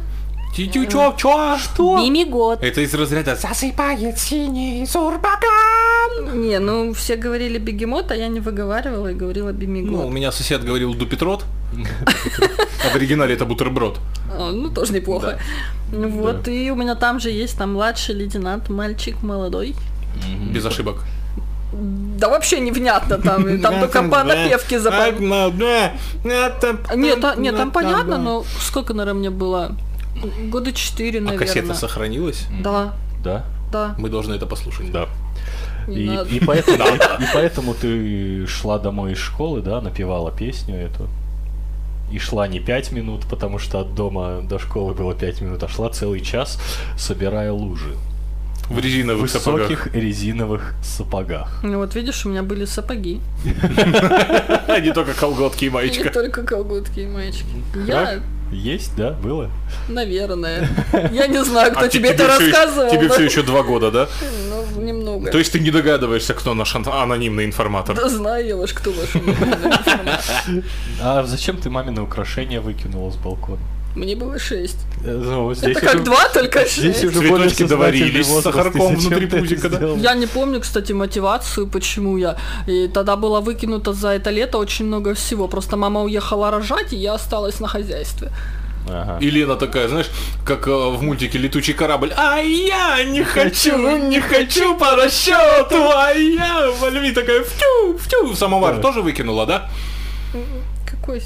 S2: Тю-тю, чё, чё?
S4: Бимигот.
S2: Это из разряда «Засыпает синий сурбаган».
S4: Не, ну все говорили бегемот, а я не выговаривала и говорила
S2: Ну, у
S4: бимигот.
S2: меня сосед говорил «Дупетрот». А в оригинале это бутерброд.
S4: А, Ну, тоже неплохо. Ну Вот, и у меня там же есть там младший лейтенант, мальчик молодой.
S2: Без ошибок.
S4: Да вообще невнятно там, Ну, и там только по напевке запомнил. Нет, та- нет, там понятно, но сколько, наверное, мне было? Года четыре,
S2: А
S4: наверное.
S2: кассета сохранилась?
S4: Да,
S1: Да?
S4: да.
S2: Мы должны это послушать.
S1: Да.
S4: Не
S1: И,
S4: надо.
S1: и поэтому, и поэтому ты шла домой из школы, да, напевала песню эту. И шла не пять минут, потому что от дома до школы было пять минут, а шла целый час, собирая лужи.
S2: В резиновых сапогах.
S1: высоких резиновых сапогах.
S4: Ну вот видишь, у меня были сапоги.
S2: А Не только колготки и
S4: И
S2: маечка.
S4: только колготки и маечки. Я,
S1: Как? Есть, да, было?
S4: наверное. Я не знаю, кто
S2: А
S4: тебе это
S2: всё ещё-
S4: рассказывал.
S2: Тебе
S4: да?
S2: все еще два года, да?
S4: Ну, немного.
S2: То есть ты не догадываешься, кто наш ан- анонимный информатор?
S4: Да знаю я уж, кто ваш номер.
S1: А зачем ты мамины украшения выкинула с балкона?
S4: Мне было шесть.
S1: Э, ну, здесь
S4: Это как
S1: уже-
S4: два, только
S1: Здесь
S4: шесть.
S1: уже более
S2: Цветочки доварились
S1: сознательный
S2: с
S1: возраст,
S2: сахарком
S1: ты зачем
S2: внутри
S1: ты это
S2: пузика, да?
S1: сделала?
S4: Я не помню, кстати, мотивацию, почему я. И тогда было выкинуто за это лето очень много всего. Просто мама уехала рожать, и я осталась на хозяйстве.
S1: Ага.
S2: И Лена такая, знаешь, как э, в мультике «Летучий корабль». А я не хочу, не хочу по расчету, а я... Вальви такая, втю, втю, в самовар
S1: Да.
S2: тоже выкинула, да?
S4: Какой... с-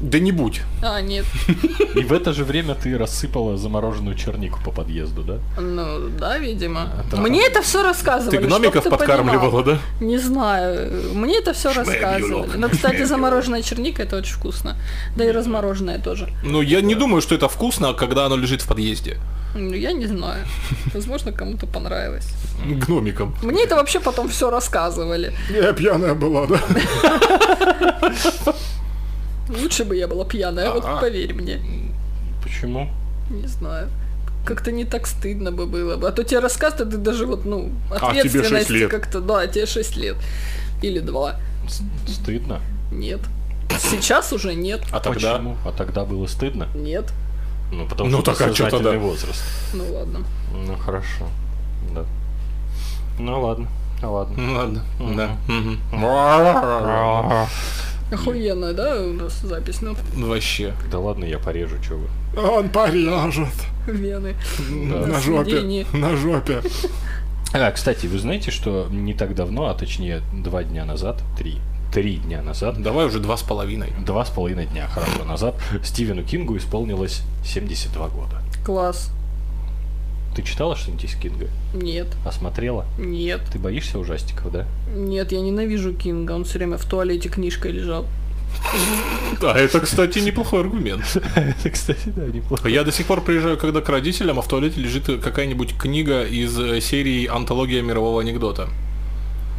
S2: Да не будь.
S4: А, нет.
S1: И в это же время ты рассыпала замороженную чернику по подъезду, да?
S4: Ну, да, видимо.
S1: А, да.
S4: Мне это все рассказывали.
S2: Ты гномиков
S4: Ну, чтоб ты понимал.
S2: подкармливала, да?
S4: Не знаю. Мне это все
S2: Шмебелек,
S4: рассказывали. Но, кстати, замороженная черника это очень вкусно. Да и размороженная тоже.
S2: Ну, я не думаю, что это вкусно, когда оно лежит в подъезде.
S4: Ну, я не знаю. Возможно, кому-то понравилось.
S2: Гномиком.
S4: Мне это вообще потом все рассказывали.
S2: Я пьяная была, да?
S4: Лучше бы я была пьяная, вот
S2: Ага.
S4: поверь мне.
S1: Почему?
S4: Не знаю. Как-то не так стыдно бы было бы. А то тебе рассказывают, ты даже вот, ну,
S2: А, тебе шесть
S4: ответственности
S2: лет.
S4: как-то. Да, тебе 6 лет. Или 2.
S1: С- Стыдно.
S4: Нет. Сейчас уже нет.
S2: А тогда...
S1: Почему? А тогда было стыдно?
S4: Нет.
S1: Ну, потому
S2: Ну,
S1: что
S2: так а
S1: это
S2: чё тогда?
S1: сознательный возраст.
S4: Ну ладно.
S1: Ну, хорошо. Да. Ну ладно, ну ладно.
S2: Ну ладно, да. Мгм.
S3: Охуенная, да, у нас запись, ну,
S2: Вообще.
S1: Да ладно, я порежу, чего вы.
S2: Он порежет.
S3: вены.
S2: На
S3: сведении.
S2: жопе. На жопе.
S1: А, кстати, вы знаете, что не так давно, а точнее два дня назад, три, три дня назад,
S2: Давай уже два с половиной.
S1: два с половиной дня, хорошо, назад, Стивену Кингу исполнилось 72 года.
S3: Класс.
S1: Ты читала что-нибудь из Кинга?
S3: Нет,
S1: Осмотрела?
S3: нет,
S1: Ты боишься ужастиков, да?
S3: нет, я ненавижу Кинга, он все время в туалете книжкой лежал.
S2: А это, кстати, неплохой аргумент.
S1: Это, кстати, да, неплохо.
S2: Я до сих пор приезжаю, когда к родителям, а в туалете лежит какая-нибудь книга из э, серии «Антология мирового анекдота».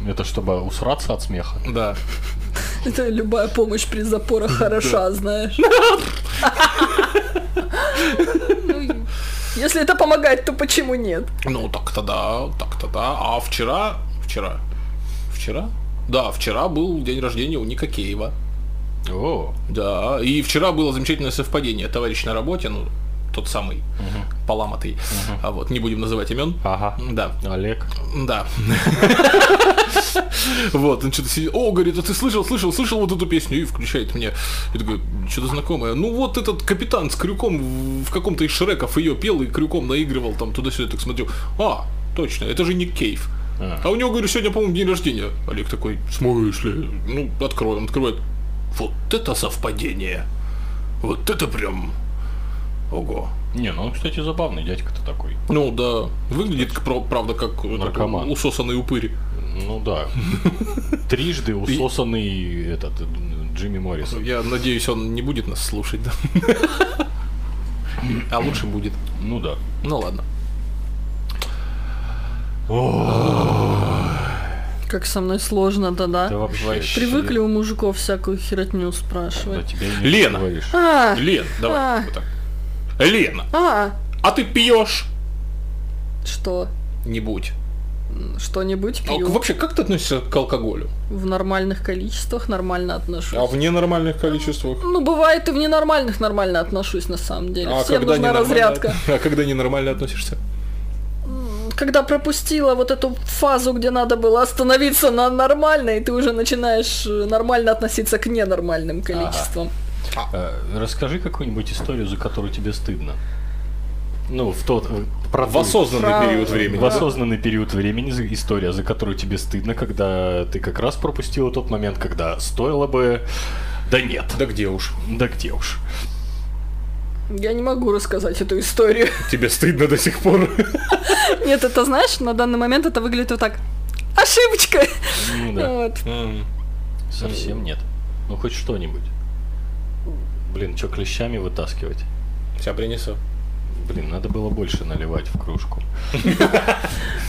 S1: Это чтобы усраться от смеха.
S2: Да.
S3: Это любая помощь при запорах хороша, знаешь. Ну, Если это помогает, то почему нет?
S2: Ну, так-то да, так-то да. А вчера... Вчера? Вчера? Да, вчера был день рождения у Ника Кеева.
S1: О,
S2: Да, и вчера было замечательное совпадение. Товарищ на работе, ну, тот самый, поломатый, а вот, не будем называть имен.
S1: ага.
S2: Да,
S1: Олег.
S2: да. Вот, он что-то сидит, о, говорит, а ты слышал, слышал, слышал вот эту песню, и включает мне. Я такой, что-то знакомое. Ну вот этот капитан с крюком в- в каком-то из шреков ее пел и крюком наигрывал там туда-сюда, Я так смотрю. А, точно, это же Ник Кейв.
S1: А.
S2: А у него, говорю, сегодня, по-моему, день рождения. Олег такой, в смысле? Ну, откроем, открывает. Вот это совпадение. Вот это прям... Ого.
S1: Не, ну он, кстати, забавный дядька-то такой.
S2: Ну да, выглядит, про- правда, как э,
S1: Наркоман.
S2: такой усосанный упырь.
S1: Ну да. Трижды усосанный этот э, Джимми Моррис.
S2: Я надеюсь, он не будет нас слушать, да? А лучше будет.
S1: Ну да.
S2: Ну ладно.
S4: Как со мной сложно-то,
S1: Ты
S4: да?
S1: вообще
S4: Привыкли у мужиков всякую херотню
S1: Да
S4: спрашивать.
S1: тебя и не
S2: Лена.
S1: говоришь.
S4: А,
S2: Лен, давай.
S4: А.
S2: вот так. Лена,
S4: а,
S2: а ты пьешь?
S4: что?
S2: Не будь.
S4: Что-нибудь
S2: А
S4: пью.
S2: вообще, как ты относишься к алкоголю?
S4: В нормальных количествах нормально отношусь.
S2: А в ненормальных количествах?
S4: Ну, бывает и в ненормальных нормально отношусь, на самом деле.
S2: А
S4: Всем нужна
S2: ненормально-
S4: разрядка.
S2: А когда ненормально относишься?
S4: Когда пропустила вот эту фазу, где надо было остановиться на нормальной, ты уже начинаешь э, нормально относиться к ненормальным количествам.
S1: Э, Расскажи какую-нибудь историю, за которую тебе стыдно. Ну, в тот... э, про
S2: В
S1: ту-
S2: осознанный
S4: Фра-
S2: период времени.
S1: В осознанный период времени за- история, за которую тебе стыдно, когда ты как раз пропустила тот момент, когда стоило бы... Да нет.
S2: Да где уж?
S1: Да где уж.
S4: Я не могу рассказать эту историю.
S2: Тебе стыдно до сих пор.
S4: Нет, это знаешь, на данный момент это выглядит вот так. Ошибочка!
S1: Ну да.
S4: Вот.
S1: Совсем нет. Ну хоть что-нибудь. Блин, что клещами вытаскивать?
S2: Сейчас принесу.
S1: Блин, надо было больше наливать в кружку.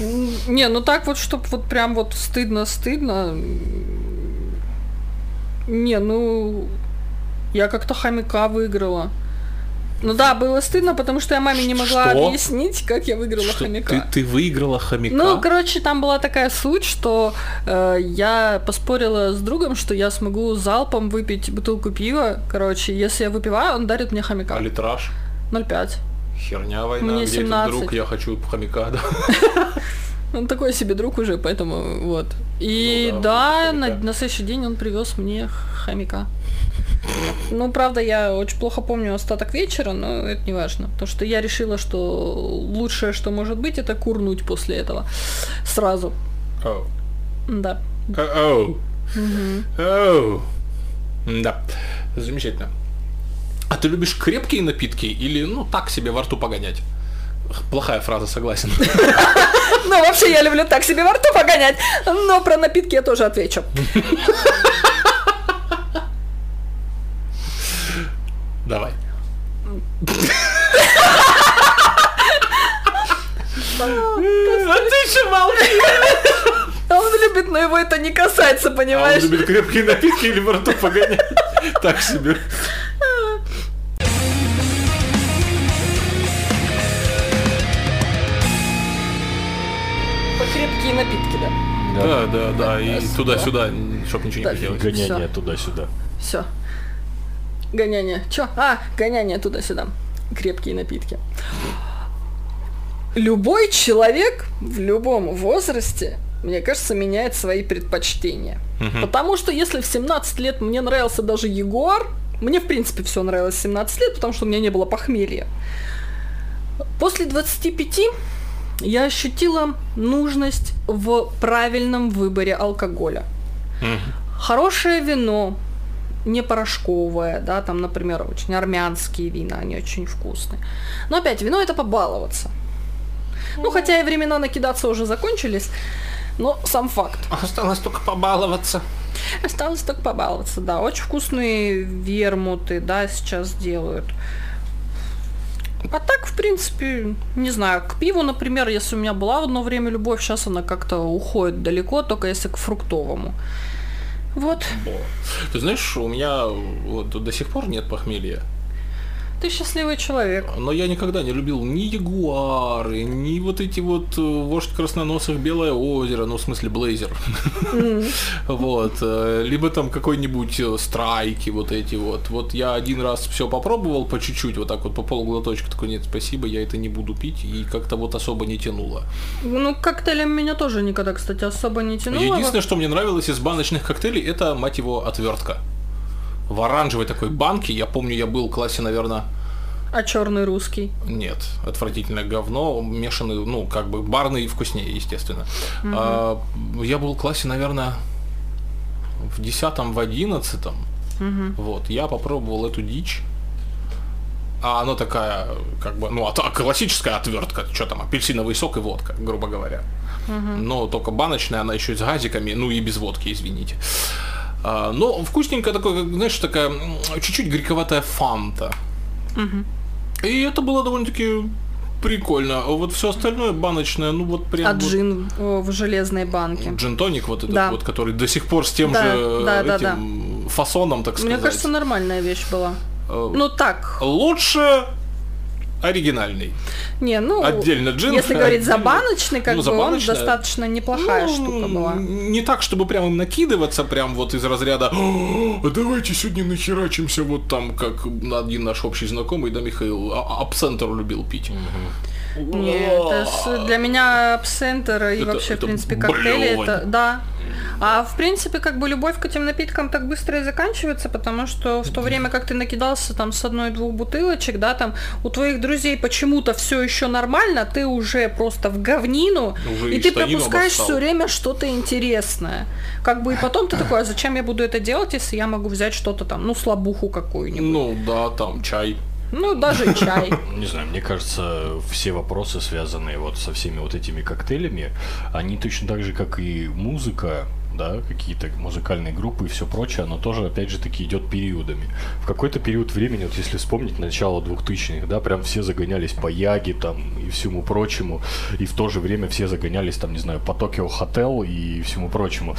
S4: М, Не, ну так вот, чтоб вот прям вот стыдно-стыдно. м, Не, ну... Я как-то хомяка выиграла. Ну да, было стыдно, потому что я маме не могла
S2: Что?
S4: объяснить, как я выиграла
S2: Что,
S4: хомяка.
S2: ты, ты выиграла хомяка?
S4: Ну, короче, там была такая суть, что э, я поспорила с другом, что я смогу залпом выпить бутылку пива. Короче, если я выпиваю, он дарит мне
S2: а
S4: хомяка.
S2: литраж?
S4: 0,5.
S2: Херня война,
S4: Мне
S2: где
S4: 17.
S2: этот друг, я хочу хомяка, да.
S4: Он такой себе друг уже, поэтому вот. И
S2: Ну да,
S4: да, на,
S2: хомяка.
S4: на следующий день он привез мне хомяка. Ну, правда, я очень плохо помню остаток вечера, но это не важно. Потому что я решила, что лучшее, что может быть, это курнуть после этого. Сразу.
S2: Оу.
S4: Да.
S2: Оу. Оу. oh. Да. Замечательно. А ты любишь крепкие напитки или, ну, так себе во рту погонять? Х, Плохая фраза, согласен.
S4: Ну, вообще, я люблю так себе во рту погонять, но про напитки я тоже отвечу.
S2: Давай.
S4: А ты еще Он любит, но его это не касается,
S2: А он
S4: понимаешь?
S2: любит крепкие напитки или во рту погонять? Так себе.
S4: Крепкие напитки, да.
S2: Да, да, да. И туда-сюда, чтоб ничего не
S4: Да.
S2: хотелось.
S1: Гоняние туда-сюда.
S4: Все. Гоняние. Чё? А, гоняние туда-сюда. Крепкие напитки.
S3: Любой человек в любом возрасте, мне кажется, меняет свои предпочтения. Потому что если в 17 лет мне нравился даже Ягуар, мне в принципе все нравилось в 17 лет, потому что у меня не было похмелья. После 25 я ощутила нужность в правильном выборе алкоголя. Хорошее вино, не порошковое, да, там, например, очень армянские вина, они очень вкусные. Но опять, вино это побаловаться. Ну, хотя и времена накидаться уже закончились, но сам факт.
S2: Осталось только побаловаться.
S3: Осталось только побаловаться, да. Очень вкусные вермуты, да, сейчас делают. А так, в принципе, не знаю, к пиву, например, если у меня была одно время любовь, сейчас она как-то уходит далеко, только если к фруктовому. Вот,
S2: Ты знаешь, у меня вот до сих пор нет похмелья.
S3: ты счастливый человек.
S2: Но я никогда не любил ни ягуары, ни вот эти вот э, вождь красноносых Белое озеро, ну, в смысле, Блейзер. Вот. э, Либо там какой-нибудь э, страйки вот эти вот. Вот я один раз все попробовал по чуть-чуть, вот так вот по полглоточка, такой, нет, спасибо, я это не буду пить, и как-то вот особо не тянуло.
S4: Ну, к коктейлям меня тоже никогда, кстати, особо не тянуло.
S2: Единственное, что мне нравилось из баночных коктейлей, это, мать его, отвертка. В оранжевой такой банке, я помню, я был в классе, наверное,
S4: А черный русский.
S2: Нет, отвратительное говно, мешанный, ну, как бы барный и вкуснее, естественно. А, я был в классе, наверное, в 10 в 11 Вот, я попробовал эту дичь. А она такая, как бы, ну, а та- классическая отвертка, что там, апельсиновый сок и водка, грубо говоря. Но только баночная, она еще и с газиками, ну и без водки, извините. А, но вкусненькая такой, как, знаешь, такая м, чуть-чуть грековатая фанта. И это было довольно-таки прикольно. А вот все остальное баночное, ну вот прям.
S4: А
S2: вот
S4: джин о, в железной банке.
S2: Джин-тоник вот этот
S4: Да.
S2: вот, который до сих пор с тем
S4: Да,
S2: же
S4: да, да,
S2: этим фасоном, так сказать.
S4: Мне кажется, нормальная вещь была.
S2: Э,
S4: Ну так,
S2: Лучше оригинальный.
S4: не, ну,
S2: Отдельно джин.
S4: если говорить за
S2: отдельно-
S4: баночный, как
S2: Ну, за
S4: бы он
S2: баночное.
S4: достаточно неплохая
S2: Ну,
S4: штука была.
S2: Не так, чтобы прям им накидываться, прям вот из разряда «А, давайте сегодня нахерачимся вот там, как один наш общий знакомый, да, Михаил, а- абсентер любил пить.
S4: Нет, это с- для меня абсентер и
S2: Это-
S4: вообще,
S2: это
S4: в принципе, коктейли,
S2: блёвань.
S4: это, да. А в принципе, как бы любовь к этим напиткам так быстро и заканчивается, потому что в то время, как ты накидался там с одной-двух бутылочек, да, там у твоих друзей почему-то все еще нормально, ты уже просто в говнину,
S2: Уже
S4: и,
S2: и
S4: ты
S2: штанину
S4: пропускаешь
S2: обоссал.
S4: все время что-то интересное. Как бы и потом ты такой, а зачем я буду это делать, если я могу взять что-то там, ну, слабуху какую-нибудь.
S2: Ну да, там чай.
S4: Ну, даже и чай.
S1: Не знаю, мне кажется, все вопросы, связанные вот со всеми вот этими коктейлями, они точно так же, как и музыка, да, какие-то музыкальные группы и все прочее, оно тоже, опять же таки, идет периодами. В какой-то период времени, вот если вспомнить начало 2000-х, да, прям все загонялись по Яге там и всему прочему, и в то же время все загонялись там, не знаю, по Токио Хотел и всему прочему.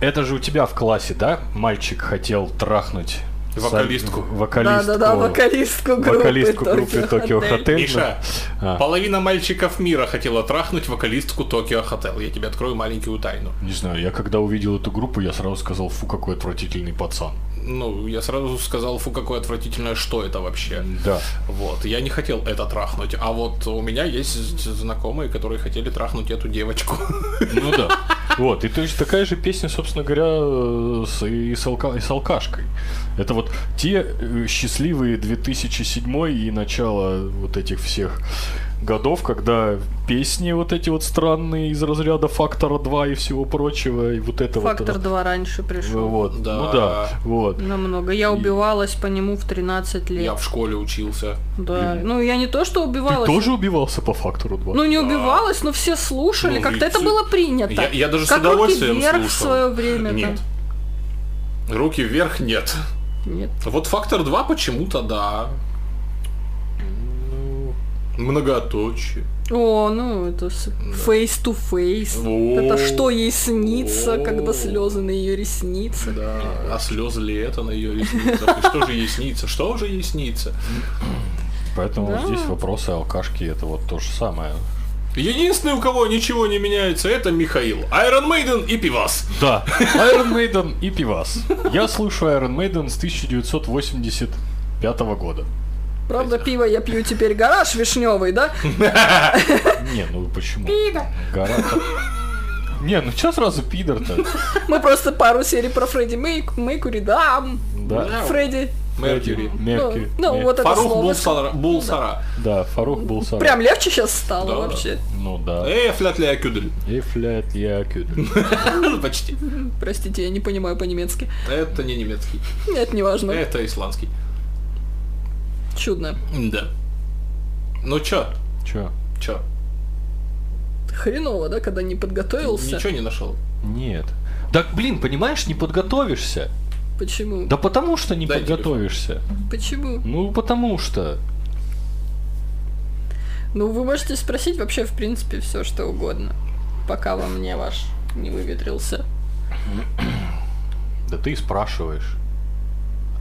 S1: Это же у тебя в классе, да, мальчик хотел трахнуть
S2: Вокалистку.
S1: Са- вокалистку
S3: Да-да-да, вокалистку группы
S1: вокалистку группы
S3: Tokyo
S1: Токио
S3: Hotel.
S1: Хотель.
S2: Миша,
S1: А.
S2: половина мальчиков мира хотела трахнуть вокалистку Токио Хотел. Я тебе открою маленькую тайну.
S1: Не знаю, я когда увидел эту группу, я сразу сказал, фу, какой отвратительный пацан.
S2: Ну, я сразу сказал, фу, какое отвратительное, что это вообще.
S1: Да.
S2: Вот, я не хотел это трахнуть, а вот у меня есть з- знакомые, которые хотели трахнуть эту девочку.
S1: Ну да. Вот, и то есть такая же песня, собственно говоря, э, с, и, с алка- и с алкашкой. Это вот те э, счастливые 2007 и начало вот этих всех годов, когда песни вот эти вот странные из разряда «Фактора 2» и всего прочего, и вот это
S4: Фактор
S1: вот...
S4: 2 раньше пришел.
S1: Вот,
S2: Да.
S1: ну да, вот.
S4: Намного. Я убивалась по нему в 13 лет.
S2: Я в школе учился.
S4: Да. Ну, я не то, что
S1: Ты
S4: убивалась.
S1: тоже убивался по «Фактору 2»?
S4: Ну, не убивалась, но все слушали.
S2: Ну,
S4: Как-то
S2: и
S4: это
S2: всё.
S4: было принято.
S2: Я- я даже с
S4: как
S2: удовольствием
S4: руки вверх в
S2: слушал.
S4: свое время.
S2: Нет. Руки вверх нет.
S4: да. Нет.
S2: Вот фактор 2 почему-то да. Ну, Многоточие.
S4: О, ну, это фейс to face.
S2: О.
S4: Это что ей снится,
S2: О.
S4: когда слезы на ее ресницах.
S2: Да. А слезы ли это на ее ресницах? И Что же ей снится? Что же ей снится?
S1: Поэтому здесь вопросы алкашки это вот то же самое.
S2: Единственный, у кого ничего не меняется, это Михаил. Iron Maiden и пивас.
S1: Да, Iron Maiden и пивас. Я слушаю Iron Maiden с 1985 года.
S3: Правда, пиво я пью теперь гараж вишневый, да?
S1: Не, ну почему? Гора. Не, ну чё сразу пидор-то?
S3: Мы просто пару серий про Фредди Мейк, Мейкури, да, м,
S1: Да.
S3: Фредди.
S2: Меркьюри.
S1: Меркьюри.
S3: Ну, ну,
S1: Мер-
S3: вот это
S2: Фарух
S3: слово.
S2: Булсара. Булсара.
S1: Да, Фарух был сам.
S3: Прям легче сейчас стало
S2: Да.
S3: вообще.
S1: Ну да.
S2: Эй, флят ли акюдель?
S1: И флят я кюдель.
S2: Почти.
S3: Простите, я не понимаю по-немецки.
S2: Это не немецкий.
S3: Нет, не важно.
S2: Это исландский.
S3: Чудно.
S2: Да. Ну чё?
S1: Чё?
S2: Чё?
S3: Хреново, да, когда не подготовился.
S2: Ничего не нашел.
S1: Нет. Так, блин, понимаешь, не подготовишься.
S3: Почему?
S1: Да потому что не
S2: Дай
S1: подготовишься.
S3: Почему?
S1: Ну потому что.
S3: Ну, вы можете спросить вообще, в принципе, все что угодно. Пока во мне ваш не выветрился.
S1: Да ты и спрашиваешь.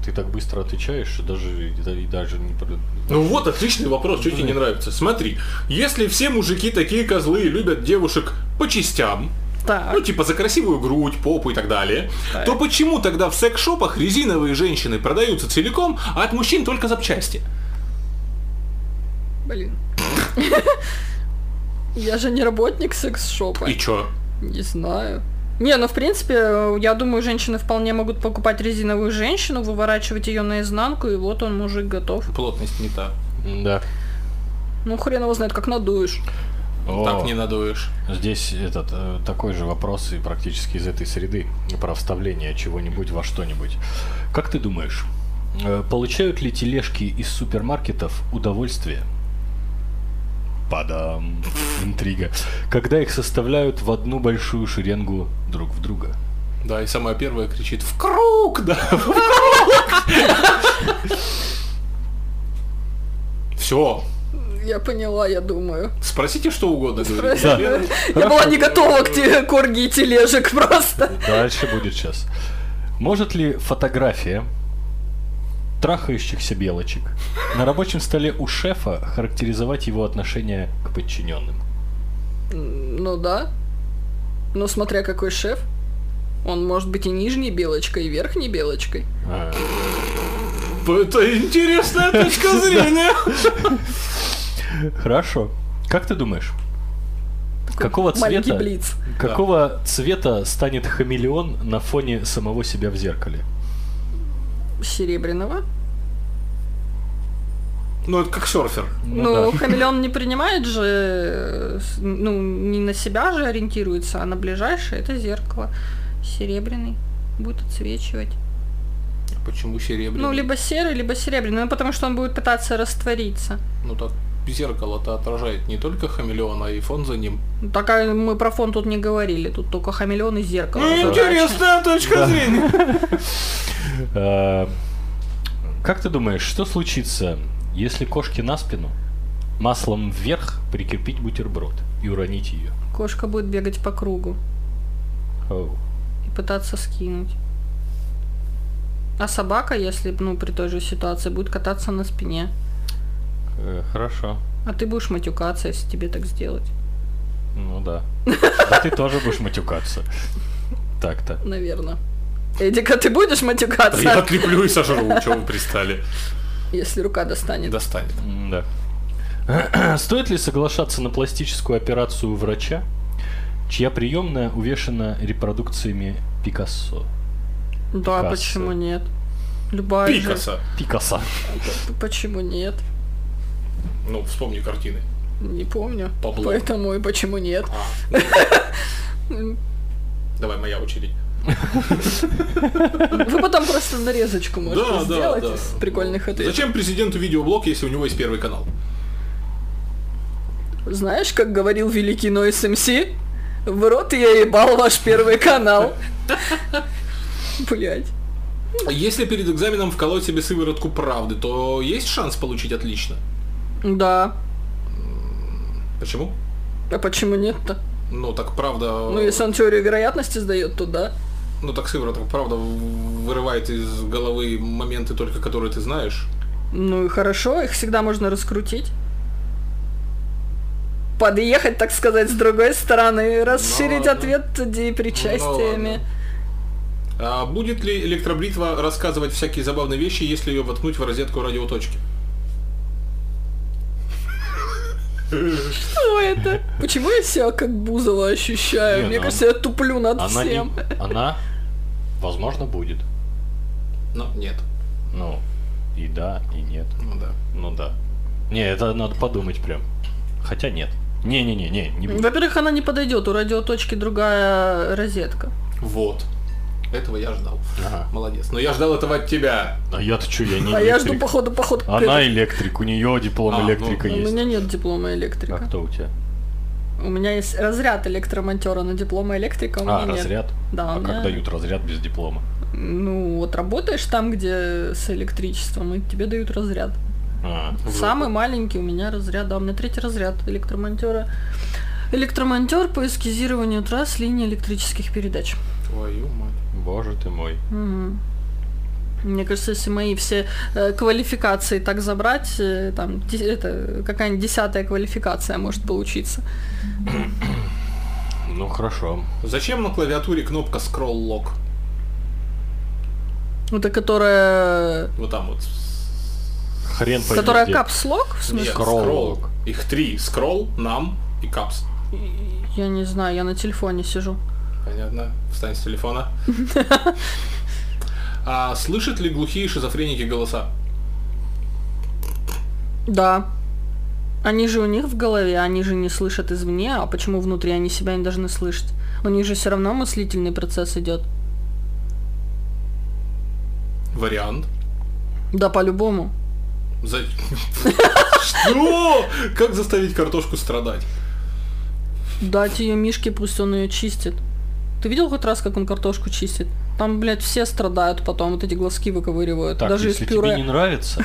S1: Ты так быстро отвечаешь, что даже, и даже не под-
S2: Ну вот отличный вопрос, что тебе не нравится. Смотри, если все мужики такие козлы и любят девушек по частям,
S3: Так.
S2: ну типа за красивую грудь, попу и так далее, то почему тогда в секс-шопах резиновые женщины продаются целиком, а от мужчин только запчасти?
S3: Блин. Я же не работник секс-шопа.
S2: И чё?
S3: Не знаю.
S4: Не, ну в принципе, э, я думаю, женщины вполне могут покупать резиновую женщину, выворачивать ее наизнанку, и вот он, мужик, готов.
S2: Плотность не та.
S1: Да.
S3: Ну, хрен его знает, как надуешь.
S1: О,
S2: ну, Так не надуешь.
S1: Здесь этот э, такой же вопрос и практически из этой среды про вставление чего-нибудь во что-нибудь. Как ты думаешь, э, получают ли тележки из супермаркетов удовольствие? Падам. Интрига. Когда их составляют в одну большую шеренгу друг в друга.
S2: Да, и самая первая кричит «В круг!» Да, в круг! Все,
S3: Я поняла, я думаю.
S2: спросите что угодно. говорит.
S1: Да.
S3: Я была не готова к те- к оргии тележек просто.
S1: Дальше будет сейчас. Может ли фотография трахающихся белочек на рабочем столе у шефа характеризовать его отношение к подчиненным?
S3: Ну да. Ну, смотря какой шеф. Он может быть и нижней белочкой, и верхней белочкой.
S1: А,
S2: Типа, Это интересная точка зрения.
S1: Хорошо. Как ты думаешь? Какого
S3: Маленький
S1: цвета,
S3: блиц.
S1: какого цвета станет хамелеон на фоне самого себя в зеркале?
S3: Серебряного.
S2: Ну, это как серфер.
S4: Ну,
S1: да.
S4: хамелеон не принимает же, э, с- ну, не на себя же ориентируется, а на ближайшее это зеркало серебряный будет отсвечивать.
S2: Почему серебряный?
S4: Ну, либо серый, либо серебряный, ну, потому что он будет пытаться раствориться.
S2: Ну, так зеркало-то отражает не только хамелеон, а и фон за ним.
S4: Ну, Такая мы про фон тут не говорили, тут только хамелеон и зеркало.
S2: Ну, точка зрения.
S1: А, Как ты думаешь, что случится, если кошке на спину маслом вверх прикрепить бутерброд и уронить ее?
S4: Кошка будет бегать по кругу
S1: Оу.
S4: и пытаться скинуть. А собака, если, ну, при той же ситуации, будет кататься на спине.
S1: Э, Хорошо.
S4: А ты будешь матюкаться, если тебе так сделать.
S1: Ну да. А ты тоже будешь матюкаться. Так-то.
S3: Наверное. Эдик, а ты будешь матюкаться,
S2: Я отлеплю и сожру, чего вы пристали.
S3: если рука достанет?
S2: Достанет.
S1: Да. Стоит ли соглашаться на пластическую операцию врача, чья приемная увешана репродукциями Пикассо?
S4: Да,
S1: Пикассо.
S4: почему нет? Любая же-
S2: Пикаса.
S1: Пикассо.
S3: П- Почему нет?
S2: Ну, вспомни картины.
S3: Не помню.
S2: Пабло.
S3: Поэтому и почему нет.
S2: Давай, моя очередь.
S3: Вы потом просто нарезочку можете
S2: Да, да,
S3: сделать
S2: да. Ну,
S3: из прикольных ответов.
S2: Зачем президенту видеоблог, если у него есть первый канал?
S3: Знаешь, как говорил великий Нойс МС? В рот я ебал ваш первый канал. Блять.
S2: Если перед экзаменом вколоть себе сыворотку правды, то есть шанс получить отлично.
S3: Да.
S2: Почему?
S3: А почему нет-то?
S2: Ну, так правда...
S3: Ну, если он теорию вероятности сдает, то да.
S2: Ну так сыворотка, правда, вырывает из головы моменты только, которые ты знаешь.
S3: Ну и хорошо, их всегда можно раскрутить. Подъехать, так сказать, с другой
S1: Ну
S3: стороны, расширить
S2: ладно.
S3: ответ и причастиями.
S2: А будет ли электробритва рассказывать всякие забавные вещи, если ее воткнуть в розетку радиоточки?
S7: Что это? Почему я себя как Бузова ощущаю?
S1: Не,
S7: Мне
S1: ну,
S7: кажется, я туплю над
S1: Она, не-
S7: всем.
S1: она, возможно, будет.
S2: Ну, нет.
S1: Ну, и да, и нет.
S2: Ну да.
S1: Ну да. Не, это надо подумать прям. Хотя нет. Не-не-не, не, не будет.
S4: Во-первых, она не подойдет, у радиоточки другая розетка.
S2: Вот. Этого я ждал.
S1: Ага.
S2: Молодец. Но я ждал этого от тебя.
S1: А я-то что, я не
S7: А я жду,
S1: электрик.
S7: походу, поход к
S1: Она
S7: этому.
S1: электрик, у нее диплом
S2: А, ну,
S1: электрика
S4: У
S1: есть.
S4: меня нет диплома
S1: А
S4: электрика.
S1: кто у тебя?
S4: У меня есть разряд электромонтера, но диплома электрика у меня
S1: А,
S4: нет.
S1: разряд?
S4: Да,
S1: А
S4: у меня-
S1: как дают разряд без диплома?
S4: Ну, вот работаешь там, где с электричеством, и тебе дают разряд.
S1: А,
S4: Самый маленький у меня разряд, да, у меня третий разряд электромонтера. Электромонтер по эскизированию трасс линии электрических передач.
S2: Твою мать.
S1: боже ты мой.
S4: Мгм. Мне кажется, если мои все э, квалификации так забрать, э, там де- это какая-нибудь десятая квалификация может получиться.
S1: Ну хорошо.
S2: Зачем на клавиатуре кнопка scroll lock?
S4: Вот эта, которая,
S2: Вот там вот.
S1: Хрен пойми
S4: которая
S1: где.
S4: капслок, в смысле?
S2: Нет,
S1: Scroll
S2: scroll.
S1: lock.
S2: Их три. Scroll, нам и капс.
S4: Я не знаю, я на телефоне сижу.
S2: Понятно. Встань с телефона. А слышат ли глухие шизофреники голоса?
S4: Да. Они же у них в голове, они же не слышат извне, а почему внутри они себя не должны слышать? У них же все равно мыслительный процесс идет.
S2: Вариант.
S4: Да, по-любому.
S2: За- Что? Как заставить картошку страдать?
S4: Дать ее Мишке, пусть он ее чистит. Ты видел хоть раз, как он картошку чистит? Там, блядь, все страдают потом, вот эти глазки выковыривают,
S1: Так,
S4: даже из
S1: если
S4: пюре.
S1: тебе не нравится,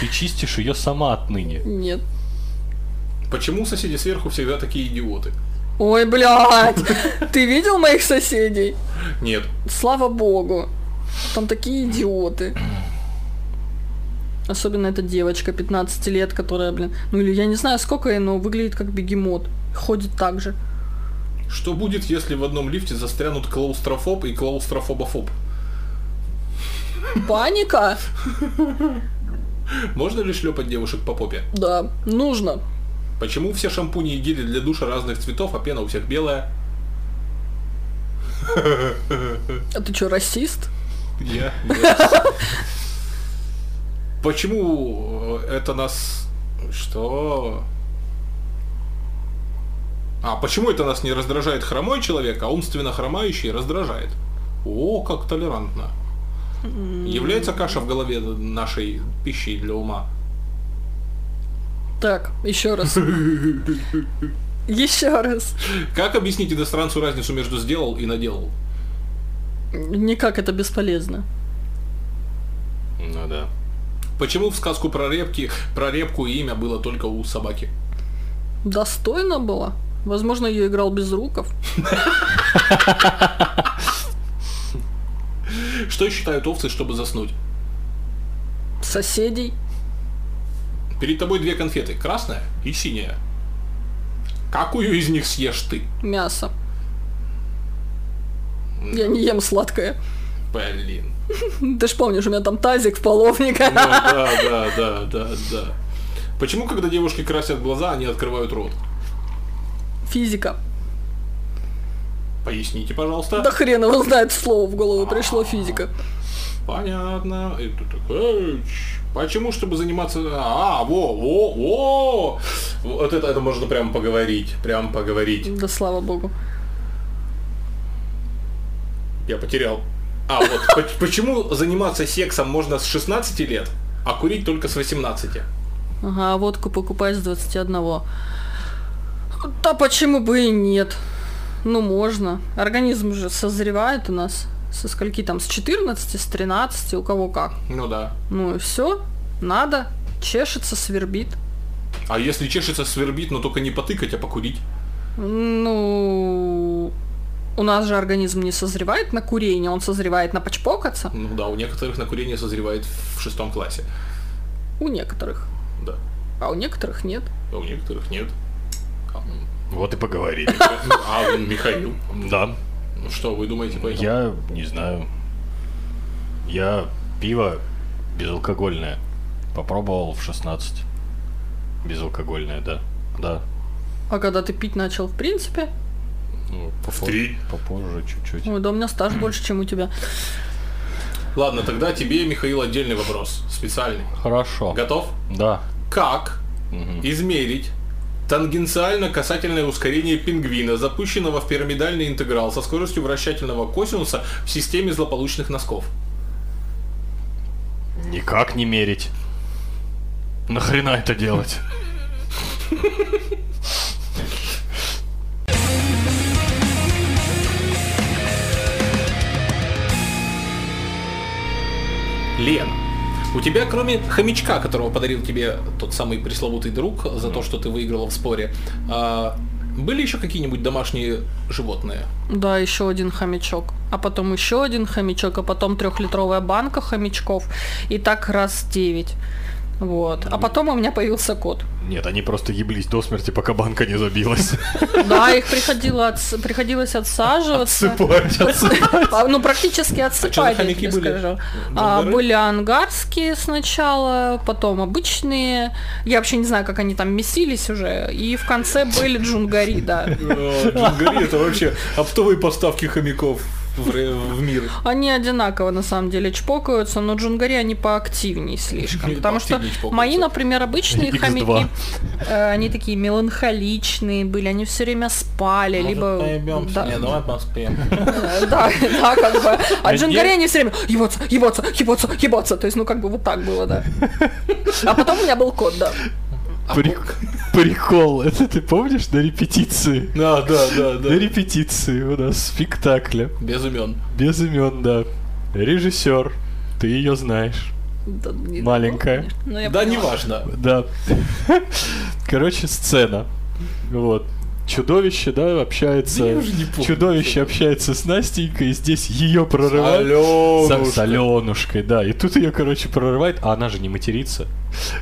S1: ты чистишь ее сама отныне.
S4: Нет.
S2: Почему соседи сверху всегда такие идиоты?
S4: Ой, блядь, ты видел моих соседей?
S2: Нет.
S4: Слава богу. Там такие идиоты. Особенно эта девочка 15 лет, которая, блин, ну или я не знаю сколько ей, но выглядит как бегемот. Ходит так же.
S2: Что будет, если в одном лифте застрянут клаустрофоб и клаустрофобофоб?
S4: Паника?
S2: Можно ли шлепать девушек по попе?
S4: Да, нужно.
S2: Почему все шампуни и гели для душа разных цветов, а пена у всех белая?
S4: А ты чё, расист?
S2: Я. нет. Почему э, это нас... Что? А почему это нас не раздражает хромой человек, а умственно хромающий раздражает? О, как толерантно. Является каша в голове нашей пищей для ума?
S4: Так, еще раз. Еще раз.
S2: Как объясните иностранцу разницу между сделал и наделал?
S4: Никак это бесполезно.
S1: Ну да.
S2: Почему в сказку про репки, про репку имя было только у собаки?
S4: Достойно было. Возможно, ее играл без руков.
S2: Что считают овцы, чтобы заснуть?
S4: Соседей.
S2: Перед тобой две конфеты, красная и синяя. Какую из них съешь ты?
S4: Мясо. Я не ем сладкое.
S2: Блин.
S4: Ты ж помнишь, у меня там тазик в половника.
S2: Ну, да, да, да, да, да. Почему, когда девушки красят глаза, они открывают рот?
S4: Физика.
S2: Поясните, пожалуйста.
S4: Да хрен его знает слово в голову пришло физика.
S2: Понятно. И ты такой, «Эй, чш, Почему, чтобы заниматься... А, во, во, во! Вот это, это можно прям поговорить, прям поговорить.
S4: Да слава богу.
S2: Я потерял. А, вот, поч- почему заниматься сексом можно с 16 лет, а курить только с 18?
S4: Ага, а водку покупай с 21. Да почему бы и нет? Ну, можно. Организм же созревает у нас. Со скольки там? С 14, с 13, у кого как.
S2: Ну да.
S4: Ну и все. Надо. Чешется, свербит.
S2: А если чешется, свербит, но только не потыкать, а покурить?
S4: Ну... У нас же организм не созревает на курение, он созревает на почпокаться.
S2: Ну да, у некоторых на курение созревает в шестом классе.
S4: У некоторых.
S2: Да.
S4: А у некоторых нет.
S2: А у некоторых нет. А, м,
S1: Вот и поговорили.
S2: А Михаил,
S1: Да.
S2: ну что вы думаете по этому?
S1: Я не знаю. Я пиво безалкогольное попробовал в 16. Безалкогольное, да. Да.
S4: А когда ты пить начал, в принципе,
S1: Ну, попо-
S8: три.
S1: Попозже чуть-чуть.
S4: ой, да у меня стаж больше, чем у тебя.
S2: Ладно, тогда тебе, Михаил, отдельный вопрос. Специальный.
S1: Хорошо.
S2: Готов?
S1: Да.
S2: Как измерить тангенциально-касательное ускорение пингвина, запущенного в пирамидальный интеграл со скоростью вращательного косинуса в системе злополучных носков?
S1: Никак не мерить. Нахрена это делать?
S2: Лен, у тебя, кроме хомячка, которого подарил тебе тот самый пресловутый друг за то, что ты выиграла в споре, а, были еще какие-нибудь домашние животные?
S4: Да, еще один хомячок. А потом еще один хомячок, а потом трехлитровая банка хомячков. И так раз девять. Вот. А потом у меня появился кот.
S1: Нет, они просто еблись до смерти, пока банка не забилась.
S4: Да, их приходило отс- приходилось отсаживаться.
S1: Отсыпать, отсыпать.
S4: А, Ну, практически
S2: чё за
S4: отсыпали, я
S2: хомяки
S4: тебе
S2: были?
S4: скажу. А,
S2: Ангары?
S4: были ангарские сначала, потом обычные. Я вообще не знаю, как они там месились уже. И в конце были джунгари, да.
S2: Джунгали Э, это вообще оптовые поставки хомяков в, ре- в мир.
S4: Они одинаково на самом деле чпокаются, но джунгари они поактивнее слишком.
S2: Или
S4: Потому что
S2: поактивнее чпокаются.
S4: мои, например, обычные
S1: Икс
S4: хомяки,
S1: два.
S4: э, они такие меланхоличные были, они все время спали, либо... Да,
S2: Не, ну. давай поспеем.
S4: э, да, да, как бы. А
S1: Где?
S4: джунгари они все время ебаться, ебаться, ебаться, ебаться. То есть, ну как бы вот так было, да. А потом у меня был кот, да.
S1: Прик- Прикол, это ты помнишь на репетиции?
S2: Да, да, да,
S1: На репетиции у нас спектакля.
S2: Без имен.
S1: Без имен, да. Режиссер. Ты ее знаешь.
S4: Да, не-
S1: Маленькая.
S4: ну, я
S2: Да,
S4: поняла.
S2: неважно.
S1: Да. Короче, сцена. Вот. Чудовище, да, общается. Чудовище общается с Настенькой, и здесь ее прорывает. С, с Аленушкой, да. И тут ее, короче, прорывает, а она же не матерится.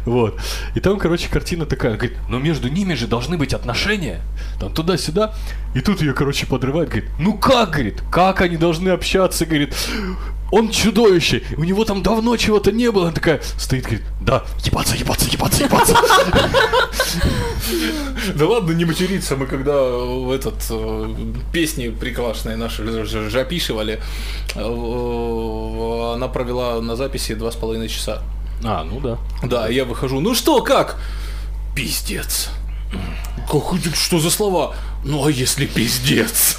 S1: Вот. И там, короче, картина такая, говорит, ну между ними же должны быть отношения. Там туда-сюда. И тут ее, короче, подрывает, говорит, ну как, говорит, как они должны общаться, говорит, он чудовище, у него там давно чего-то не было. Она такая стоит, говорит, да, ебаться, ебаться, ебаться, ебаться.
S2: Да ладно, не материться, мы когда э, в этот э, песни приклашные наши ж- ж- жапишивали, э, э, она провела на записи два с половиной часа.
S1: А, ну да.
S2: Да, я выхожу. Ну что, как? Пиздец. Как, это, что за слова? Ну а если пиздец?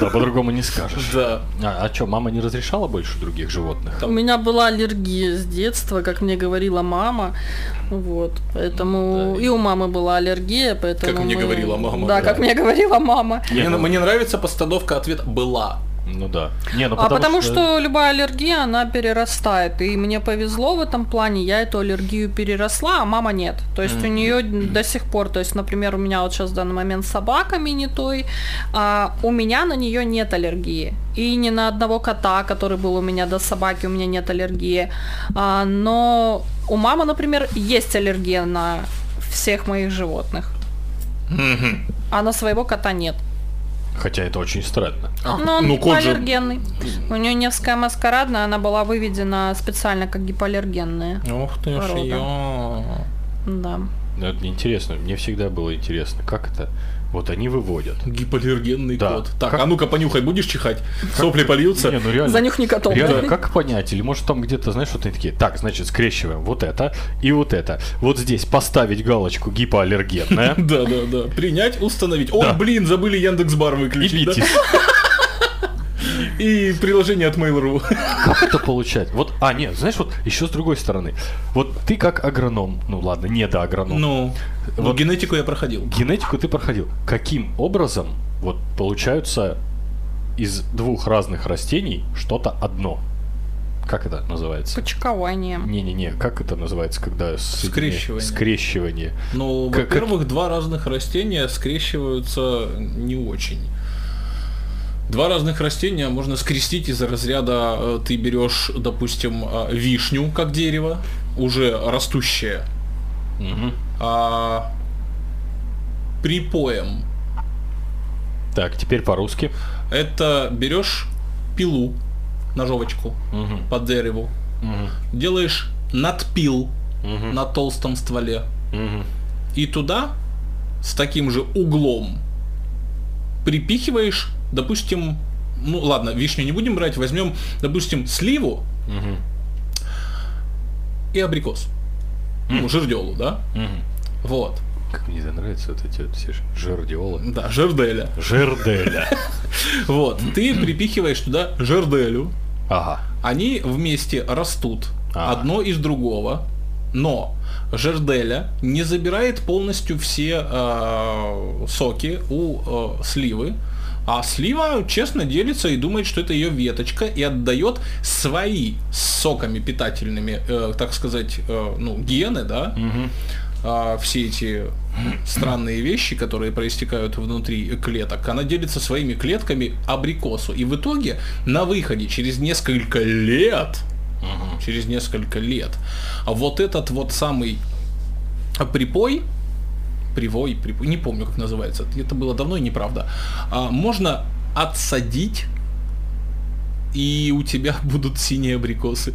S1: Да, по-другому не скажешь.
S2: Да.
S1: А, что, мама не разрешала больше других животных?
S4: У меня была аллергия с детства, как мне говорила мама. Вот. Поэтому.
S1: Да, и-
S4: и у мамы была аллергия, поэтому.
S2: Как мне
S4: мы-
S2: говорила мама,
S4: Да,
S2: да.
S4: как мне говорила мама.
S2: Мне,
S1: ну-
S2: мне нравится постановка ответа «была».
S1: Ну да. Не, ну
S4: а потому что... любая аллергия, она перерастает. И мне повезло в этом плане, я эту аллергию переросла, а мама нет. То есть у нее до сих пор, то есть, например, у меня вот сейчас в данный момент собака мини-той, а у меня на нее нет аллергии. И ни на одного кота, который был у меня до собаки, у меня нет аллергии. А, но у мамы, например, есть аллергия на всех моих животных. А на своего кота нет.
S1: Хотя это очень странно.
S4: Но он
S2: ну, кот же-
S4: гипоаллергенный. У нее Невская маскарадная, она была выведена специально как гипоаллергенная.
S2: Ух ты
S4: ж, Порода. Да.
S1: Ну, Это интересно. Мне всегда было интересно, как это. Вот они выводят.
S2: Гипоаллергенный
S1: Да.
S2: кот. Так,
S1: Как-
S2: а ну-ка понюхай, будешь чихать? Сопли польются?
S1: Не, ну реально.
S4: Занюхни котом.
S1: реально,
S4: да?
S1: как понять? Или может там где-то, знаешь, вот они такие, так, значит, скрещиваем вот это и вот это. Вот здесь поставить галочку гипоаллергенная.
S2: Да, да, да. Принять, установить. Ой,
S1: Да.
S2: блин, забыли Яндекс.Бар
S1: И
S2: выключить. да?
S1: битис.
S2: И приложение от Mail.ru.
S1: Как это получать? Вот, а, нет, знаешь, вот еще с другой стороны. Вот ты как агроном, ну ладно, не до агроном.
S2: Ну,
S1: Вот.
S2: генетику я проходил.
S1: Генетику ты проходил. Каким образом вот получаются из двух разных растений что-то одно? Как это называется?
S4: Почкованием.
S1: Не-не-не, как это называется, когда соединя-
S2: Скрещивание.
S1: скрещивание.
S2: Ну,
S1: Как-
S2: во-первых, два разных растения скрещиваются не очень. Два разных растения можно скрестить из разряда э, ты берешь, допустим, э, вишню как дерево, уже растущее, а припоем.
S1: Так, теперь по-русски.
S2: Это берешь пилу, ножовочку
S1: Мгм,
S2: по дереву,
S1: мгм,
S2: делаешь надпил
S1: мгм,
S2: на толстом стволе,
S1: мгм.
S2: И туда с таким же углом припихиваешь, допустим, ну ладно, вишню не будем брать, возьмем, допустим, сливу
S1: Мгм.
S2: и абрикос. Ну, жерделу, да?
S1: Мгм.
S2: Вот.
S1: Как мне это нравится, вот эти вот все ж- жердиолы.
S2: Да, жерделя.
S1: Жерделя.
S2: Вот. Ты припихиваешь туда жерделю,
S1: Ага.
S2: Они вместе растут,
S1: А.
S2: одно из другого, но жерделя не забирает полностью все э, соки у э, сливы, а слива честно делится и думает, что это ее веточка и отдает свои с соками питательными, э, так сказать, э, ну гены, да, а, все эти странные вещи, которые проистекают внутри клеток, она делится своими клетками абрикосу. И в итоге на выходе через несколько лет, через несколько лет, а вот этот вот самый припой, привой, припой, не помню как называется, это было давно и неправда, а, можно отсадить, и у тебя будут синие абрикосы.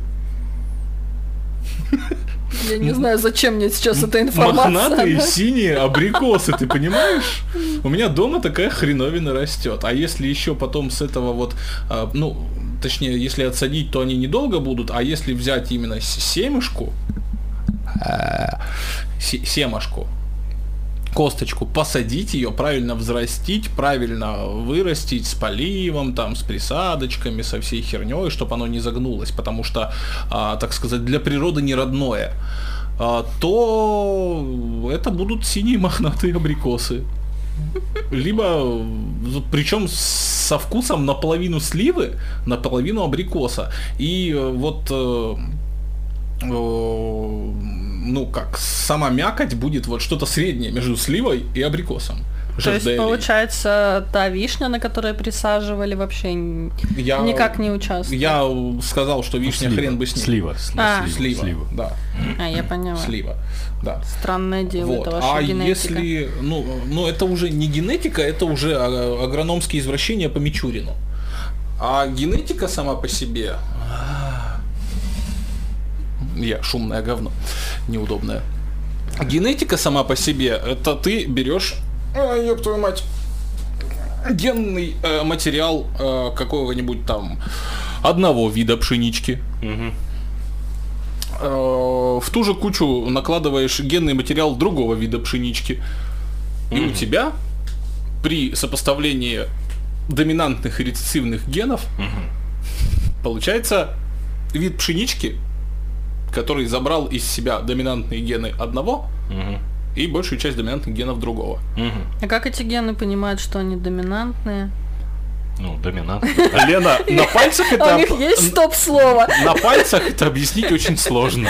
S4: Я не знаю, зачем мне сейчас эта информация.
S2: Мохнатые
S4: да.
S2: синие абрикосы, ты понимаешь? У меня дома такая хреновина растет. А если еще потом с этого вот, а, ну, точнее, если отсадить, то они недолго будут, а если взять именно с- семешку, э, се- семашку, косточку, посадить ее, правильно взрастить, правильно вырастить с поливом, там, с присадочками, со всей херней, чтобы оно не загнулось, потому что, а, так сказать, для природы не родное, а, то это будут синие мохнатые абрикосы. Либо, причем со вкусом наполовину сливы, наполовину абрикоса. И э, вот э, э, ну как, сама мякоть будет вот что-то среднее между сливой и абрикосом.
S4: То есть,
S2: Жарделей.
S4: получается, та вишня, на которой присаживали, вообще н-
S2: Я-
S4: никак не участвует.
S2: Я сказал, что вишня
S1: Ну, Слива.
S2: хрен бы с ней.
S1: Слива. с-
S4: А.
S2: Слива. Да.
S4: А, я поняла.
S2: Слива. Да.
S4: Странное дело,
S2: Вот.
S4: это ваша
S2: А
S4: генетика.
S2: если, ну, ну, это уже не генетика, это уже а, агрономские извращения по Мичурину. А генетика сама по себе. а, Я шумное говно, неудобное. Генетика сама по себе, это ты берешь, а, ёб твою мать, генный э, материал э, какого-нибудь там одного вида пшенички, э, в ту же кучу накладываешь генный материал другого вида пшенички. И у тебя при сопоставлении доминантных и рецессивных генов получается вид пшенички, который забрал из себя доминантные гены одного и большую часть доминантных генов другого.
S4: А как эти гены понимают, что они доминантные?
S1: Ну, доминант.
S2: Лена, на пальцах
S4: А
S2: это...
S4: у них есть стоп-слово.
S2: На пальцах это объяснить очень сложно.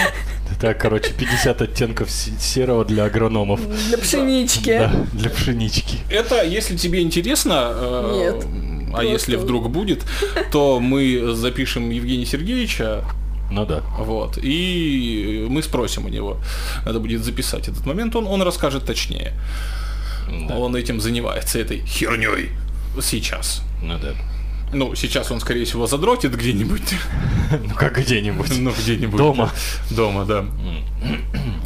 S1: Это, короче, 50 оттенков се- серого для агрономов.
S4: Для пшенички.
S1: Да, для пшенички.
S2: Это, если тебе интересно, э,
S4: Нет,
S2: а
S4: просто-
S2: если вдруг будет, то мы запишем Евгения Сергеевича,
S1: Ну да.
S2: вот, и мы спросим у него. Надо будет записать этот момент, он, он расскажет точнее. Он этим занимается, этой херней сейчас.
S1: Ну да.
S2: Ну, сейчас он, скорее всего, задротит где-нибудь.
S1: Ну как где-нибудь.
S2: Ну, где-нибудь.
S1: Дома.
S2: Дома, да.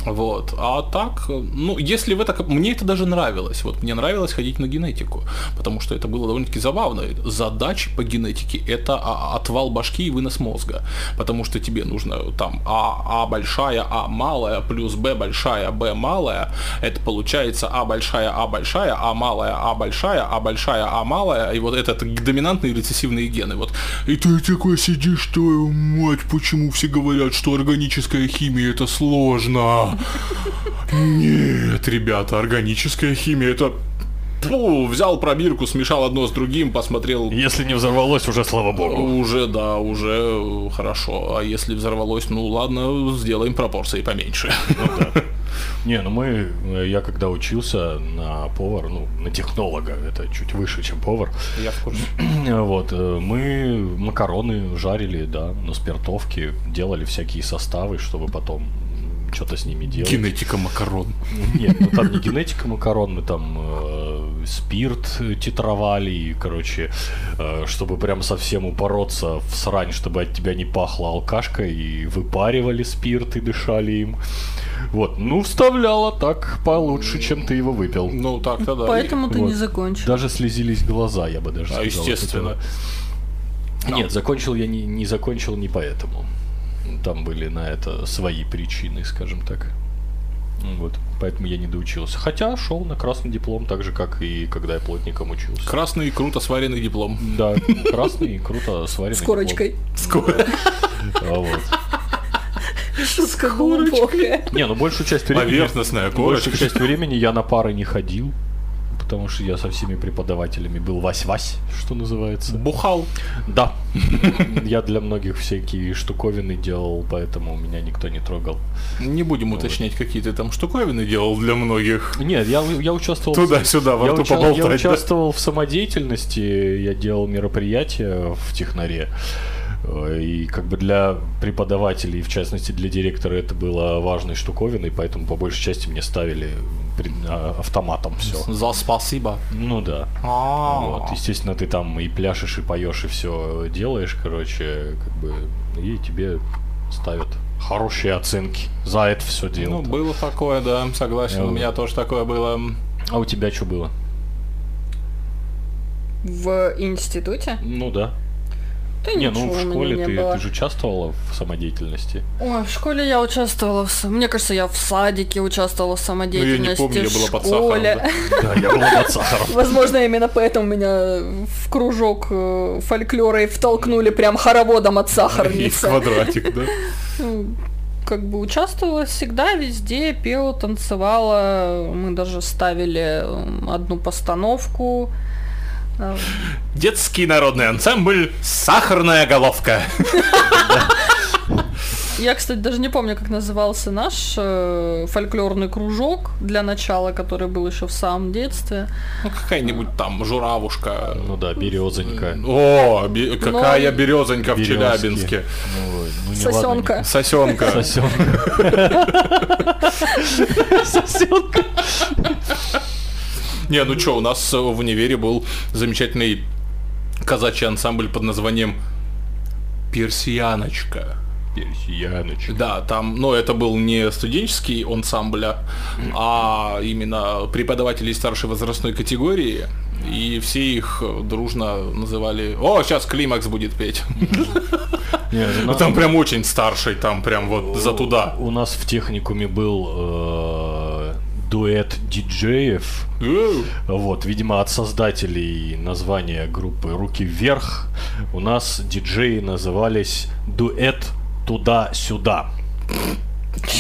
S2: Вот. А так, э, ну, если в это... как- Мне это даже нравилось. Вот мне нравилось ходить на генетику, потому что это было довольно-таки забавно. Задачи по генетике — это а, отвал башки и вынос мозга, потому что тебе нужно там А, А большая, А малая, плюс Б большая, Б малая. Это получается А большая, А большая, А малая, А большая, А большая, А малая. И вот это доминантные рецессивные гены. Вот. И ты такой сидишь, твою мать, почему все говорят, что органическая химия — это сложно? Нет, ребята, органическая химия это... Пу, взял пробирку, смешал одно с другим, посмотрел.
S1: Если не взорвалось, уже слава богу.
S2: Уже, да, уже э, хорошо. А если взорвалось, ну ладно, сделаем пропорции поменьше.
S1: Не, ну мы, э, я когда учился на повар, ну, на технолога, это чуть выше, чем повар,
S2: Я в курсе.
S1: вот, э, мы макароны жарили, да, на спиртовке, делали всякие составы, чтобы потом что-то с ними делать.
S2: Генетика макарон.
S1: Нет, ну там не генетика макарон, мы там э, спирт титровали, и, короче, э, чтобы прям совсем упороться в срань, чтобы от тебя не пахло алкашка, и выпаривали спирт и дышали им. Вот, ну вставляла так получше, чем ты его выпил.
S2: Ну, так-то да.
S4: Поэтому ты не
S1: Вот.
S4: закончил.
S1: Даже слезились глаза, я бы даже сказал.
S2: А,
S1: от
S2: естественно.
S1: этого. Нет, закончил я не, не закончил не поэтому. Там были на это свои причины, скажем так. Ну Вот, поэтому я не доучился. Хотя шел на красный диплом, так же, как и когда я плотником учился.
S2: Красный и круто сваренный диплом.
S1: Да, красный, круто сваренный.
S3: С
S1: диплом.
S3: корочкой.
S2: Скоро.
S1: А, вот.
S3: С глубокая.
S1: Не, ну большую часть времени...
S2: Поверхностная
S1: Большую
S2: корочка.
S1: часть времени я на пары не ходил, потому что я со всеми преподавателями был Вась-Вась, что называется.
S2: Бухал.
S1: Да. Я для многих всякие штуковины делал, поэтому меня никто не трогал.
S2: Не будем уточнять, какие ты там штуковины делал для многих.
S1: Нет, я, я участвовал... в-
S2: Туда-сюда, во
S1: я,
S2: рту
S1: уча- я
S2: поболтать, да.
S1: участвовал в самодеятельности, я делал мероприятия в технаре. Э, И как бы для преподавателей, в частности для директора, это было важной штуковиной, поэтому по большей части мне ставили пред- а, автоматом все.
S2: За спасибо. А,
S1: Ну да. Вот, естественно, ты там и пляшешь, и поешь, и все делаешь, короче, как бы, и тебе ставят хорошие оценки за это все
S2: Ну,
S1: дело.
S2: было такое, да, согласен. У
S1: Вот.
S2: меня тоже такое было.
S1: а у тебя что было?
S4: В институте?
S1: Ну да.
S4: Да
S1: Не,
S4: ничего
S1: ну в
S4: у меня
S1: школе
S4: не
S1: ты,
S4: было.
S1: ты же участвовала в самодеятельности.
S4: Ой, в школе я участвовала в... с- Мне кажется, я в садике участвовала в
S2: Ну, я
S4: самодеятельности.
S2: не помню, я
S4: в
S2: была под сахаром.
S4: школе.
S2: да.
S1: Да, я был под сахаром.
S4: Возможно, именно поэтому меня в кружок э, фольклора и втолкнули прям хороводом от
S2: И в
S4: сахарницы.
S2: квадратик, да?
S4: Ну, Как бы участвовала всегда, везде, пела, танцевала. Мы даже ставили э, одну постановку. Э,
S2: Детский народный ансамбль «Сахарная головка».
S4: Я, кстати, даже не помню, как назывался наш э, фольклорный кружок для начала, который был еще в самом детстве.
S2: Ну, какая-нибудь там журавушка.
S1: Ну да, березонька.
S2: О, бе- какая
S4: Ну,
S2: березонька в
S1: березки.
S2: Челябинске.
S1: Ну, ой, ну, не ладно,
S4: Сосенка.
S1: не-
S2: Сосенка.
S1: Сосенка. Сосенка.
S2: Не, ну чё, у нас э, в универе был замечательный казачий ансамбль под названием «Персияночка».
S1: Персияночка.
S2: Да, там, но это был не студенческий ансамбль, а- а именно преподаватели старшей возрастной категории. И все их э, дружно называли... О, сейчас климакс будет петь.
S1: Не, ну,
S2: Ну там прям очень старший, там прям вот за туда.
S1: У нас в техникуме был э, дуэт диджеев.
S2: Э,
S1: Вот, видимо, от создателей названия группы «Руки вверх» у нас диджеи назывались «Дуэт туда-сюда».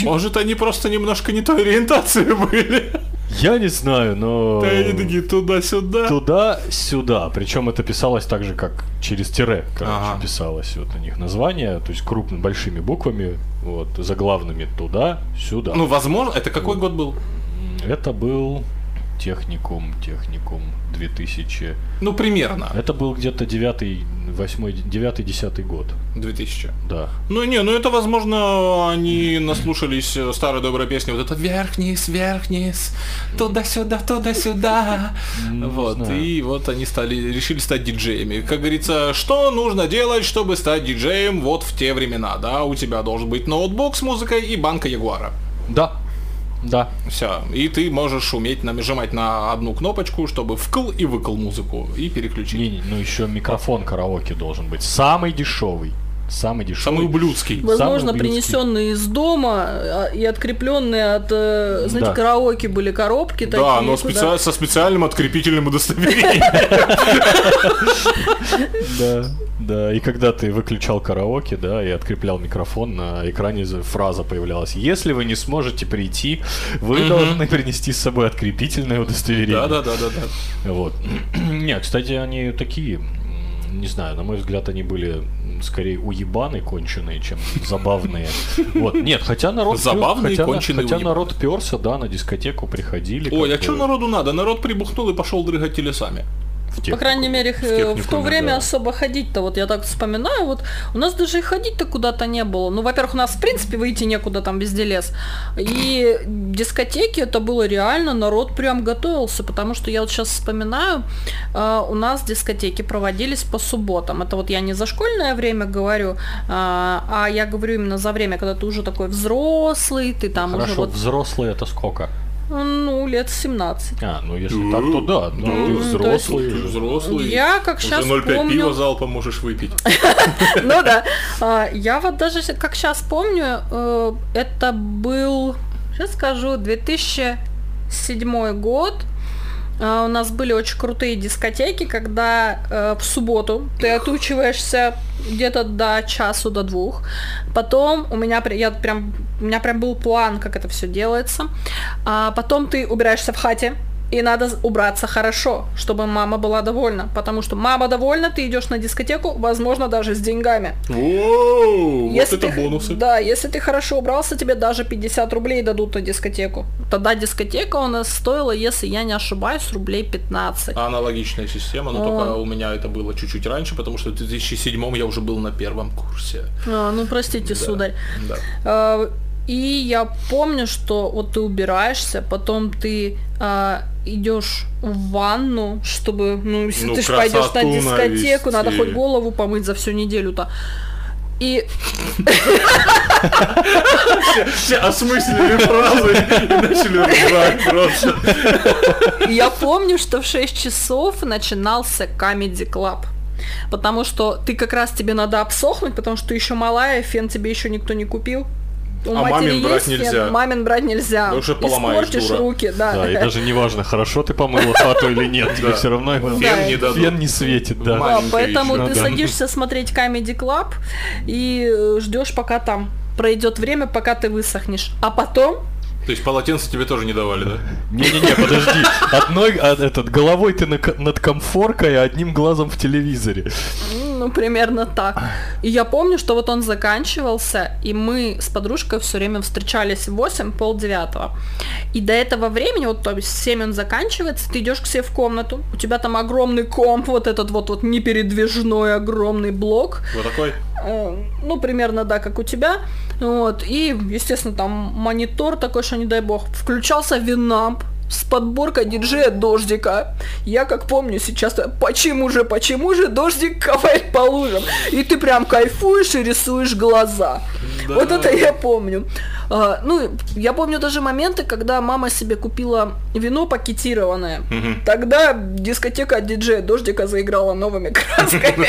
S2: Может, они просто немножко не той ориентации были.
S1: Я не знаю, но...
S2: Да, они такие туда-сюда.
S1: Туда-сюда. Причем это писалось так же, как через тире, короче,
S2: Ага.
S1: писалось вот у них название, то есть крупными, большими буквами, вот, заглавными «туда-сюда».
S2: Ну, возможно, это какой год был?
S1: Это был техникум, техникум 2000.
S2: Ну, примерно.
S1: Это был где-то 9, 8, 9, 10 год.
S2: 2000.
S1: Да.
S2: Ну не, ну это возможно, они наслушались э, старой доброй песни, вот это вверх-вниз, вверх-вниз, туда-сюда, туда-сюда.
S1: Ну, не
S2: Вот,
S1: знаю.
S2: и вот они стали, решили стать диджеями. Как говорится, что нужно делать, чтобы стать диджеем вот в те времена, да? У тебя должен быть ноутбук с музыкой и банка Ягуара.
S1: Да. Да.
S2: Все. И ты можешь уметь нажимать на одну кнопочку, чтобы вкл и выкл музыку и переключить.
S1: Не, не, ну еще микрофон караоке должен быть. Самый дешевый. Самый дешевый.
S2: Самый ублюдский.
S4: Возможно,
S1: близкий.
S4: принесенные из дома а, и открепленные от, э, знаете,
S1: Да.
S4: караоке были коробки такие.
S2: Да, но
S4: куда-
S2: специа- со специальным открепительным удостоверением.
S1: Да. Да, и когда ты выключал караоке, да, и откреплял микрофон, на экране за- фраза появлялась. Если вы не сможете прийти, вы должны принести с собой открепительное удостоверение.
S2: Да-да-да-да-да.
S1: Вот. Не, кстати, они такие, м, не знаю, на мой взгляд, они были м, скорее уебаны конченые, чем забавные. Вот. Нет, хотя народ... пёр-
S2: Забавные,
S1: хотя на-
S2: конченые
S1: Хотя
S2: уебаны.
S1: народ перся, да, на дискотеку приходили.
S2: Ой,
S1: как
S2: а что
S1: бы.
S2: народу надо? Народ прибухнул и пошел дрыгать телесами.
S1: в тех.
S4: По крайней мере,
S1: в
S4: их, э, в
S1: техникуме,
S4: то время
S1: да.
S4: особо ходить-то, вот я так вспоминаю, вот у нас даже и ходить-то куда-то не было. Ну, во-первых, у нас, в принципе, выйти некуда, там везде лес. И дискотеки, это было реально, народ прям готовился, потому что я вот сейчас вспоминаю, э, у нас дискотеки проводились по субботам. Это вот я не за школьное время говорю, э, а я говорю именно за время, когда ты уже такой взрослый, ты
S2: Ну,
S4: там уже
S1: Хорошо,
S4: а, вот,
S1: взрослые это сколько?
S4: ну, лет 17.
S1: А, ну если так, то да.
S2: Да,
S1: Ну, ты
S2: ну,
S1: взрослый.
S2: Ты же взрослый.
S4: Я как
S2: Уже
S4: сейчас
S2: 0,5
S4: помню,
S2: пива залпом можешь выпить.
S4: Ну да. А, Я вот даже с- как сейчас помню, э, это был, сейчас скажу, 2007 год. А, У нас были очень крутые дискотеки, когда э, в субботу ты отучиваешься где-то до часу, до двух. Потом у меня, при- я прям, у меня прям был план, как это все делается. А потом ты убираешься в хате, и надо з- убраться хорошо, чтобы мама была довольна. Потому что мама довольна, ты идешь на дискотеку, возможно, даже с деньгами.
S2: Воу, вот
S4: Если
S2: это
S4: ты-
S2: бонусы.
S4: Да, если ты хорошо убрался, тебе даже 50 рублей дадут на дискотеку. Тогда дискотека у нас стоила, если я не ошибаюсь, рублей 15.
S2: Аналогичная система, но
S4: О.
S2: только у меня это было чуть-чуть раньше, потому что в 2007 я уже был на первом курсе.
S4: А, ну
S2: Да.
S4: простите, сударь.
S2: Да.
S4: Э, И я помню, что вот ты убираешься, потом ты э, идешь в ванну, чтобы, ну, если
S2: Ну,
S4: ты же пойдешь на
S2: красоту
S4: дискотеку, надо
S2: навести.
S4: хоть голову помыть за всю неделю-то. И
S2: Все осмыслили фразы и начали ржать просто.
S4: Я помню, что в 6 часов начинался Comedy Club. Потому что ты как раз тебе надо обсохнуть, потому что ты еще малая, фен тебе еще никто не купил. У
S2: А
S4: матери
S2: мамин брать
S4: есть фен,
S2: нельзя.
S4: мамин брать нельзя.
S2: Да уже поломаешь,
S4: Испортишь
S2: дура.
S4: руки, да.
S1: Да, и даже не важно, хорошо ты помыла хату или нет, тебе
S2: Да.
S1: все равно его-
S2: Фен не дадут.
S1: фен не светит, да.
S2: Ма-
S4: Да,
S2: маленькая
S4: поэтому
S1: еще,
S4: ты
S1: да.
S4: садишься смотреть Comedy Club и ждешь, пока там пройдет время, пока ты высохнешь. А потом
S2: То есть полотенце тебе тоже не давали, да?
S1: Не-не-не, подожди. Одной, а, этот, головой ты на ко- над комфоркой, а одним глазом в телевизоре.
S4: Ну, примерно так. И я помню, что вот он заканчивался, и мы с подружкой все время встречались в 8, пол девятого. И до этого времени, вот то есть в 7 он заканчивается, ты идешь к себе в комнату, у тебя там огромный комп, вот этот вот, вот непередвижной огромный блок,
S2: Вот такой.
S4: Э, ну, примерно, да, как у тебя, вот, и, естественно, там монитор такой, что не дай бог, включался винамп с подборкой диджея Дождика. Я как помню сейчас, э, почему же, почему же Дождик капает по лужам? И ты прям кайфуешь и рисуешь глаза.
S2: Да.
S4: Вот это я помню. А, ну, я помню даже моменты, когда мама себе купила вино пакетированное.
S2: Мгм.
S4: Тогда дискотека от диджея Дождика заиграла новыми красками.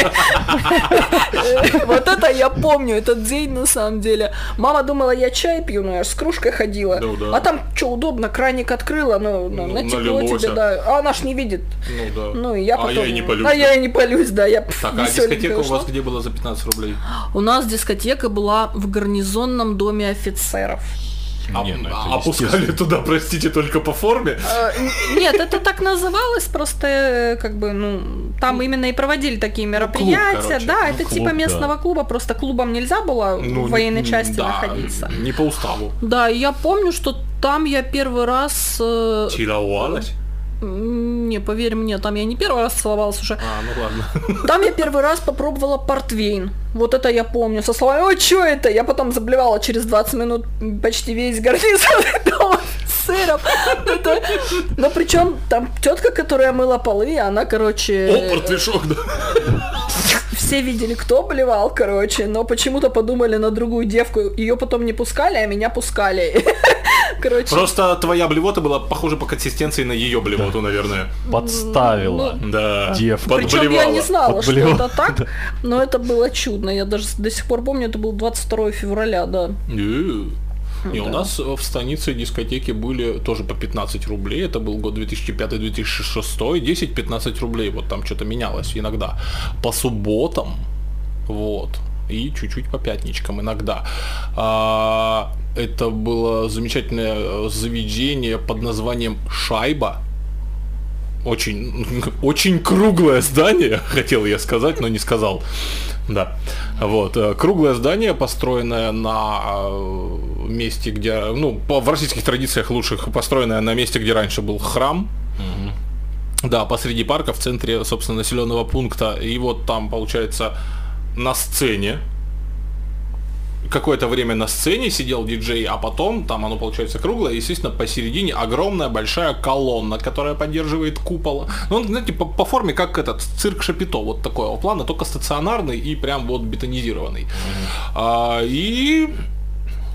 S4: Э, Вот это я помню, этот день на самом деле. Мама думала, я чай пью, но я ж с кружкой ходила.
S2: Ну да.
S4: А там, что удобно, краник открыла, ну, ну,
S2: Ну,
S4: натекло
S2: налилось,
S4: тебе,
S2: а.
S4: да. А она ж не видит.
S2: Ну да.
S4: Ну, и я
S2: А
S4: потом...
S2: я и не полюсь,
S4: А
S2: да.
S4: я и не полюсь, да. Я пф,
S2: Так, а
S4: весёленькая
S2: дискотека у
S4: ушла.
S2: вас где была за 15 рублей?
S4: У нас дискотека была в гарнизонном доме офицеров.
S2: А-
S1: Не, ну это
S2: а Опускали
S1: естественно.
S2: туда, простите, только по форме?
S4: Э, н- Нет, это так называлось, просто э, как бы, ну, там именно и проводили такие мероприятия.
S2: Ну, короче.
S4: Да,
S1: Ну,
S4: это
S1: клуб,
S4: типа
S1: да.
S4: местного клуба, просто клубом нельзя было
S2: Ну,
S4: в военной
S2: н-
S4: части
S2: да,
S4: находиться.
S2: Не по уставу.
S4: Да, и я помню, что там я первый раз... э,
S2: Тировалась?
S4: м, Не, поверь мне, там я не первый раз целовалась уже.
S2: А, ну ладно.
S4: Там я первый раз попробовала портвейн. Вот это я помню. Со словами, ой, что это? Я потом заблевала через 20 минут почти весь гарнизон дома сыром. Это- Но причем там тетка, которая мыла полы, она, короче...
S2: О, портвишок, да.
S4: Все видели, кто блевал, короче, но почему-то подумали на другую девку. Ее потом не пускали, а меня пускали. Короче,
S2: Просто твоя блевота была похожа по консистенции на ее блевоту, наверное. Ну,
S1: Подставила.
S2: Да.
S1: Девка.
S4: Причем я не
S2: подблевала.
S4: знала, что
S1: подблевала,
S4: это так, но это было чудно. Я даже до сих пор помню, это был 22 февраля, да.
S2: Э. Не, у
S4: Да.
S2: нас в станице дискотеки были тоже по 15 рублей. Это был год 2005-2006, 10-15 рублей. Вот там что-то менялось иногда. По субботам, вот, и чуть-чуть по пятничкам иногда. А, это было замечательное э, заведение под названием «Шайба». Очень, очень круглое здание, хотел я сказать, но не сказал. Да. Вот. э, Круглое здание, построенное на э, месте, где, ну, по, в российских традициях лучших, построенное на месте, где раньше был храм. Да, посреди парка, в центре, собственно, населенного пункта. И вот там, получается, на сцене, какое-то время на сцене сидел диджей, а потом, там оно получается круглое, и, естественно, посередине огромная большая колонна, которая поддерживает купол. Ну, он, знаете, по, по форме как этот цирк Шапито, вот такого плана, только стационарный и прям вот бетонизированный. А, и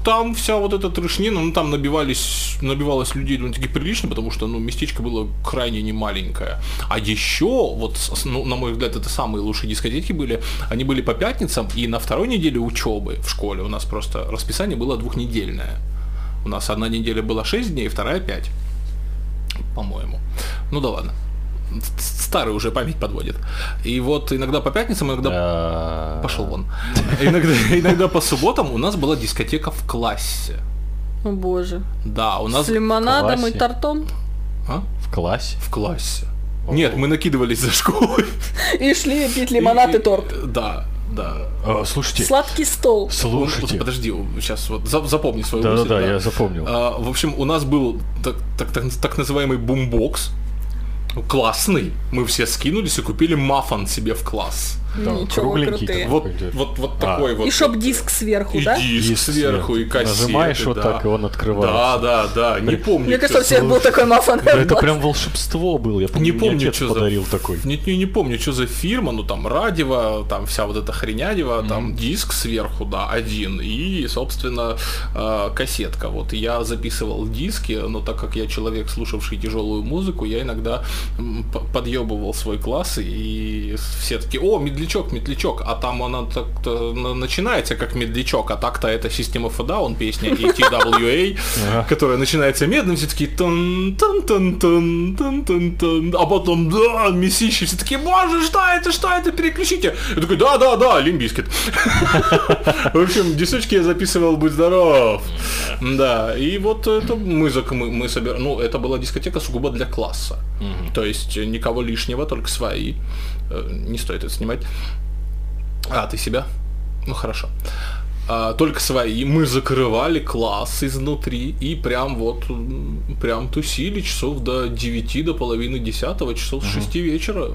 S2: там вся вот эта трешнина, ну там набивались, набивалось людей довольно-таки прилично, потому что, ну, местечко было крайне немаленькое. А еще, вот, с- ну, на мой взгляд, это самые лучшие дискотеки были, они были по пятницам, и на второй неделе учебы в школе у нас просто расписание было двухнедельное. У нас одна неделя была 6 дней, вторая 5 по-моему. Ну да ладно. С- Старый уже память подводит. И вот иногда по пятницам, иногда
S1: Да.
S2: Пошел вон. Иногда, иногда по субботам у нас была дискотека в классе.
S4: О боже.
S2: Да, у нас...
S4: С лимонадом и
S1: классе.
S4: тортом.
S2: А?
S1: В классе.
S2: В классе. Нет, мы накидывались за школой.
S9: И шли пить лимонад и торт.
S2: Да, да.
S1: А, слушайте,
S9: Сладкий стол.
S1: слушайте.
S2: Ну, Подожди, сейчас вот за- запомни свою мысль.
S1: Да-да-да, я запомнил.
S2: А, в общем, у нас был так, так- так- так называемый бумбокс. Классный. Мы все скинулись и купили мафан себе в класс.
S1: Там
S9: Ничего,
S1: кругленький
S9: крутые.
S1: такой
S2: Вот,
S1: идёт.
S2: вот, вот такой вот.
S9: И шоп-диск сверху,
S2: И
S9: да?
S2: диск
S1: А. Диск
S2: сверху, и
S1: сверху.
S2: кассеты.
S1: Нажимаешь вот
S2: да.
S1: так, и он открывается.
S2: Да, да, да, не помню.
S9: Мне кажется, у
S2: честно.
S9: всех был такой мафан.
S1: Да это прям волшебство было. Я помню,
S2: Не
S1: мне
S2: помню,
S1: отец
S2: что
S1: подарил
S2: за...
S1: такой.
S2: Не, не, не помню, что за фирма, ну там Радева, там вся вот эта хренядева, там диск сверху, да, один, и, собственно, э, кассетка. Вот я записывал диски, но так как я человек, слушавший тяжелую музыку, я иногда м, п- подъебывал свой класс, и все такие, о, медлячок, медлячок, а там она так-то на- начинается как медлячок, а так-то это System of a Down, А», песня ATWA, которая начинается медленно, все такие тон тон тон тон тон тон тон а потом да, месище, все такие, боже, что это, что это, переключите. Я такой, да, да, да, лимбискет. В общем, дисочки я записывал, будь здоров. Да, и вот это мы, зак- мы, мы собир- ну, это была дискотека сугубо для класса. То есть э, никого лишнего, только свои. Э, Не стоит это снимать. А, ты себя? Ну хорошо. А, только свои. Мы закрывали класс изнутри и прям вот м, прям тусили часов до 9 до половины 10 часов с 6 вечера.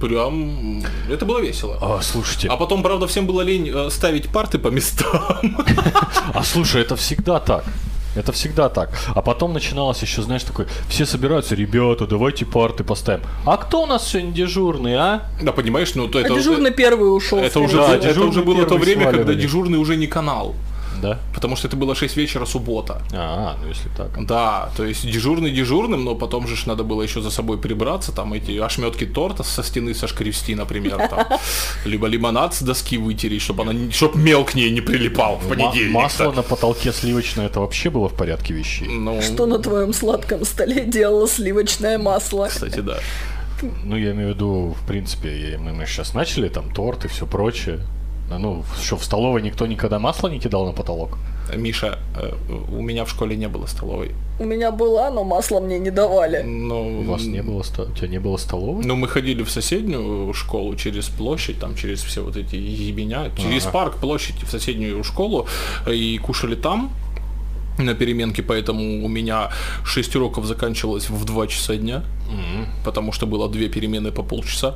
S2: Прям м, это было весело.
S1: А, слушайте,
S2: А
S1: а...
S2: потом, правда, всем было лень э, ставить парты по местам.
S1: а, слушай, это всегда так. Это всегда так. А потом начиналось еще, знаешь, такой, все собираются, ребята, давайте парты поставим. А кто у нас сегодня дежурный, а?
S2: Да, понимаешь, ну то
S9: А
S2: это
S9: дежурный первый ушел.
S2: это
S9: скорее.
S2: уже,
S1: Да,
S2: это
S1: дежурный
S2: уже было то
S1: первый
S2: время, когда
S1: сваливали.
S2: дежурный уже не канал.
S1: Да.
S2: Потому что это было 6 вечера суббота.
S1: А, ну если так.
S2: Да, то есть дежурный дежурным, но потом же ж надо было еще за собой прибраться, там эти ошметки торта со стены сошкрести, например, там. либо лимонад с доски вытереть, чтобы она, чтоб мел к ней не прилипал в
S1: Ма-
S2: понедельник.
S1: масло на потолке сливочное, это вообще было в порядке вещей.
S2: Ну,
S9: Что на твоем сладком столе делало сливочное масло?
S2: кстати, да.
S1: Ну, я имею в виду, в принципе, и мы, сейчас начали, там, торт и все прочее. А, Ну, что, в столовой никто никогда масло не кидал на потолок?
S2: Миша, э, у меня в школе не было столовой.
S9: У меня была, но масла мне не давали.
S2: Ну,
S1: У вас не было, сто- у тебя не было столовой?
S2: Ну, мы ходили в соседнюю школу через площадь, там через все вот эти ебеня, через парк, площадь в соседнюю школу э, и кушали там на переменке, поэтому у меня 6 уроков заканчивалось в 2 часа дня, потому что было две перемены по полчаса.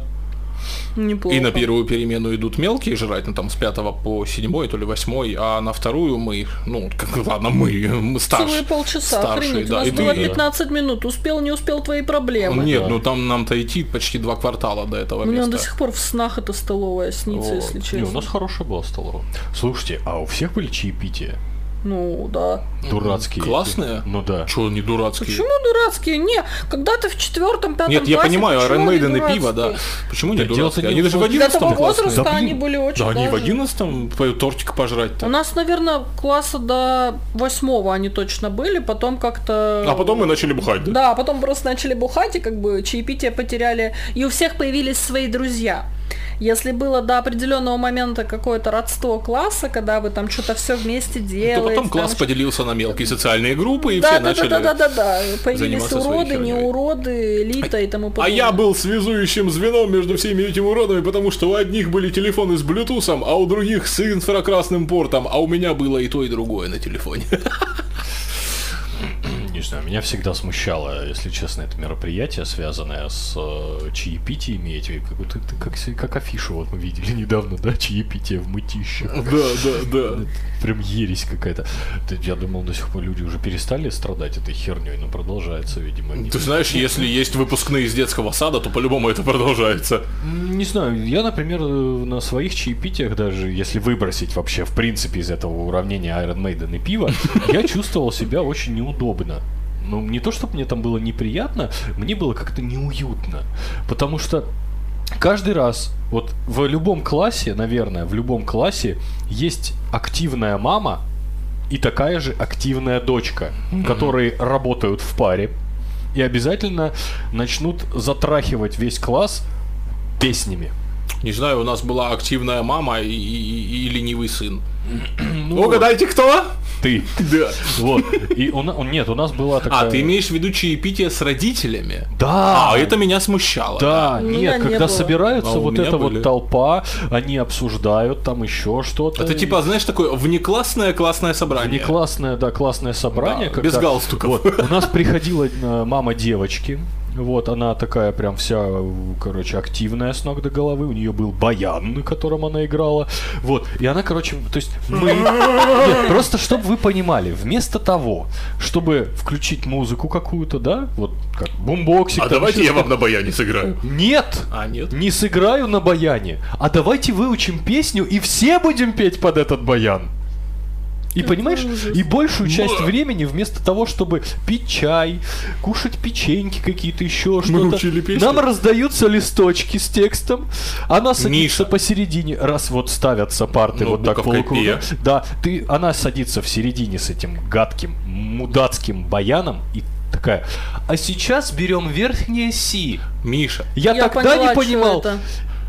S4: Неплохо.
S2: И на первую перемену идут мелкие жрать, ну там с 5 по 7, то ли 8, а на вторую мы, ну, как, ладно, мы, мы
S4: Целые
S2: старше.
S4: полчаса,
S2: старший,
S4: охренеть. У
S2: да,
S4: нас
S2: и ты-
S4: было
S2: да.
S4: 15 минут. Успел, не успел, твои проблемы.
S2: Нет,
S1: Да.
S2: ну там нам-то идти почти два квартала до этого
S4: У меня
S2: места.
S4: до сих пор в снах это столовая снится,
S2: Вот.
S4: если
S1: Не, у
S4: честно.
S1: нас хорошая была столовая. Слушайте, а у всех были чаепития?
S9: Ну да.
S1: Дурацкие. эти?
S2: Классные?
S1: Ну да.
S2: Чё, не дурацкие?
S4: Почему дурацкие? Не, когда-то в четвертом, пятом
S2: Нет, я
S4: классе,
S2: понимаю,
S4: почему
S2: Iron
S4: они
S2: Maiden и пиво,
S4: дурацкие?
S2: да. Почему не
S1: Да дело-то
S2: дурацкие?
S1: не
S2: Они
S1: в
S2: даже
S1: том.
S2: в
S4: До того
S2: одиннадцатом классе.
S4: возраста
S1: Да,
S4: они
S1: блин.
S4: были очень
S2: Да, они в
S4: даже.
S2: одиннадцатом пою- тортик пожрать
S4: У
S2: то
S4: нас, наверное, класса до восьмого они точно были, потом как-то...
S2: А потом мы начали бухать, да?
S4: Ну, Да, а потом просто начали бухать, и как бы чаепитие потеряли, и у всех появились свои друзья. Если было до определенного момента какое-то родство класса, когда вы там что-то все вместе
S2: Ну, То
S4: делаете.
S2: потом класс
S4: там
S2: поделился на мелкие социальные группы, и все
S4: да, да, да,
S2: начали...
S4: да, да, да, да. Появились
S2: заниматься своей
S4: уроды, не
S2: хернёй.
S4: уроды, элита и тому
S2: А
S4: подобное.
S2: я был связующим звеном между всеми этими уродами, потому что у одних были телефоны с блютусом, а у других с инфракрасным портом, а у меня было и то, и другое на телефоне.
S1: Не знаю, меня всегда смущало, если честно, это мероприятие, связанное с э, чаепитиями этими, как, вот это как, се- как афишу вот мы видели недавно, да, чаепитие в мытищах.
S2: Да, да, да.
S1: Это Прям ересь какая-то. Ты- Я думал, до сих пор люди уже перестали страдать этой херней, но продолжается, видимо. не-
S2: Ты знаешь, если есть выпускные из детского сада, то по-любому это продолжается.
S1: Не знаю, я, например, э, на своих чаепитиях даже, если выбросить вообще, в принципе, из этого уравнения Iron Maiden и пиво, я чувствовал себя очень неудобно. Ну, не то, чтобы мне там было неприятно, мне было как-то неуютно. Потому что каждый раз, вот в любом классе, наверное, в любом классе есть активная мама и такая же активная дочка, которые работают в паре и обязательно начнут затрахивать весь класс песнями.
S2: Не знаю, у нас была активная мама и, и- и ленивый сын.
S1: Ну,
S2: Угадайте, кто?
S1: ты.
S2: Да.
S1: Вот. И у нас, нет, у нас была такая...
S2: А, ты имеешь в виду чаепитие с родителями?
S1: Да!
S2: А, это меня смущало.
S1: Да,
S3: У меня
S1: нет,
S3: не
S1: когда
S3: было.
S1: собираются
S2: А у
S1: вот
S2: меня
S1: эта
S2: были.
S1: вот толпа, они обсуждают там еще что-то.
S2: Это
S1: и-
S2: типа, знаешь, такое внеклассное классное
S1: не
S2: собрание.
S1: классное, да, классное собрание.
S2: Да,
S1: когда-
S2: без галстуков.
S1: Вот, у нас приходила э, мама девочки. Вот, она такая прям вся, э, короче, активная с ног до головы. У нее был баян, на котором она играла. Вот, и она, короче, то есть мы... Нет, просто чтобы вы понимали, вместо того, чтобы включить музыку какую-то, да, вот как бумбоксик.
S2: А
S1: там
S2: давайте
S1: еще
S2: я вам на баяне сыграю.
S1: что-то. Нет!
S2: А, нет.
S1: Не сыграю на баяне, а давайте выучим песню и все будем петь под этот баян. И понимаешь, и большую часть
S2: Ба.
S1: времени вместо того, чтобы пить чай, кушать печеньки какие-то еще что-то,
S2: учили песню?
S1: нам раздаются листочки с текстом, а она садится
S2: Миша.
S1: посередине, раз вот ставятся парты
S2: Ну,
S1: вот так
S2: буковкой
S1: полукругом,
S2: «П».
S1: да, ты, она садится в середине с этим гадким мудацким баяном и такая. А сейчас берем верхнее си.
S2: Миша,
S1: Я, тогда
S4: поняла,
S1: не
S4: чё
S1: понимал.
S4: это.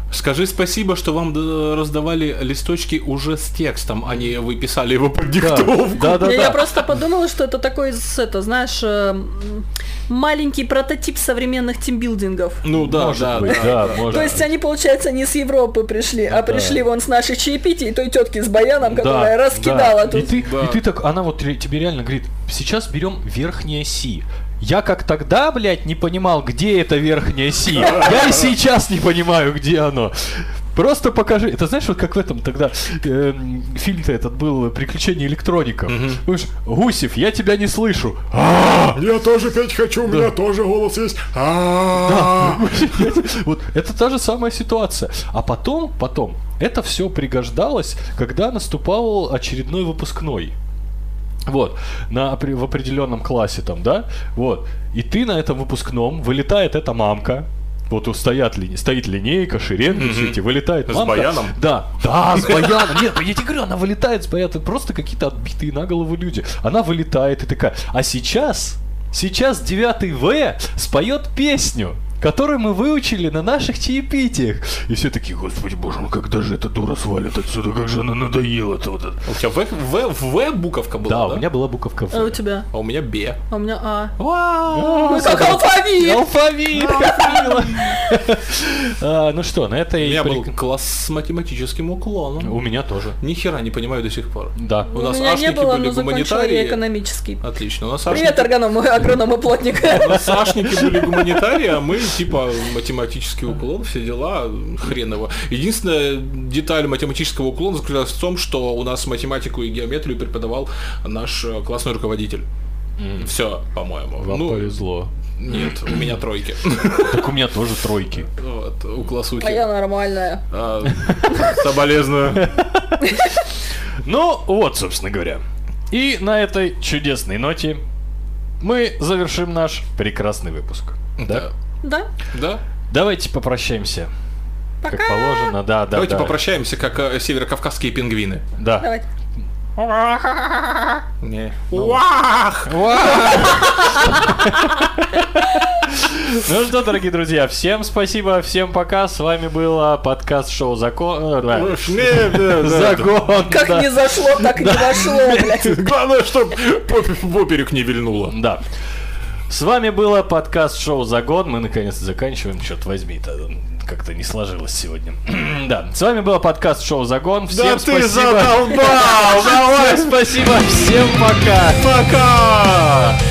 S2: скажи спасибо, что вам э, раздавали листочки уже с текстом, а не вы писали его под диктовку.
S1: Да, да, да.
S4: Я, я просто подумала, что это такой, из, это, знаешь,
S3: э,
S4: эм, маленький прототип современных тимбилдингов.
S2: Ну да,
S1: может
S2: да,
S1: быть,
S2: да.
S1: Ну да, может
S3: То есть
S1: быть.
S3: они, получается, не с Европы пришли, а
S1: да.
S3: пришли вон с нашей чаепитий, той тетки с баяном,
S1: Да,
S3: которая
S1: да.
S3: раскидала
S1: И
S3: тут.
S1: ты,
S2: Да.
S1: и ты так, она вот ре- тебе реально говорит, сейчас берем верхнее си. Я как тогда, блядь, не понимал, где это верхнее си. Я и сейчас не понимаю, где оно. Просто покажи. Это знаешь, вот как в этом тогда эм, фильм-то этот был «Приключения электроников». Помнишь, Гусев, я тебя не слышу.
S6: Я тоже петь хочу, у меня тоже голос есть.
S1: Вот это та же самая ситуация. А потом, потом, это все пригождалось, когда наступал очередной выпускной. Вот, на, опре- в определенном классе там, да, вот. И ты на этом выпускном, вылетает эта мамка, вот у стоят ли, стоит линейка, шеренги, все эти, вылетает
S2: С
S1: мамка.
S2: баяном?
S1: Да, да, с баяном. Нет, я тебе говорю, она вылетает с баяном, это просто какие-то отбитые на голову люди. Она вылетает и такая, а сейчас, сейчас 9 В споет песню которую мы выучили на наших чаепитиях. И все такие, господи боже мой, когда же эта дура свалит отсюда, как же она надоела-то вот это».
S2: У тебя В, В, В буковка была,
S1: Да,
S2: да?
S1: у меня была буковка В.
S4: А у тебя?
S2: А у меня Б.
S4: А у меня А.
S1: Вау!
S4: Ну, как алфавит!
S1: Алфавит, как мило. А, Ну что, на
S2: У
S1: этой...
S2: меня был
S1: прик-
S2: класс с математическим уклоном.
S1: У меня тоже.
S2: Ни хера не понимаю до сих пор.
S1: Да.
S2: У нас
S4: меня не
S2: ашники
S4: было,
S2: были
S4: но закончила я
S2: гуманитарии.
S4: экономический.
S2: Отлично, у
S1: А
S2: нас
S3: Привет,
S2: ашники-
S3: агроном, агроном и плотник.
S2: у нас ашники были гуманитарии, а мы типа математический уклон, все дела, хреново. Единственная деталь математического уклона заключалась в том, что у нас математику и геометрию преподавал наш э, классный руководитель. Все, по-моему.
S1: Вам
S2: ну,
S1: повезло.
S2: нет, у меня тройки.
S1: Так у меня тоже тройки.
S2: Вот, у классухи.
S3: А я нормальная.
S2: А, Соболезную.
S1: Ну, вот, собственно говоря. И на этой чудесной ноте мы завершим наш прекрасный выпуск. Да?
S4: Да?
S2: Да?
S1: Давайте попрощаемся. Как положено, да, да.
S2: Давайте
S1: да.
S2: попрощаемся, как э, северокавказские пингвины.
S1: Да.
S3: Давайте.
S2: Не. Уах!
S1: Ну что, дорогие друзья, всем спасибо, всем пока. С вами было подкаст шоу Закон. э,
S2: Уж не, да, да.
S1: Закон.
S3: Как
S1: да.
S3: не зашло, так и не вошло, блядь.
S2: Главное, чтоб поп- в поперек не вильнуло.
S1: Да. С вами было подкаст шоу Загон. Мы наконец-то заканчиваем. Черт возьми, это как-то не сложилось сегодня. да. С вами было подкаст шоу Загон. Всем
S2: Да ты
S1: спасибо.
S2: задолбал!
S1: Всем спасибо. Всем пока.
S2: Пока!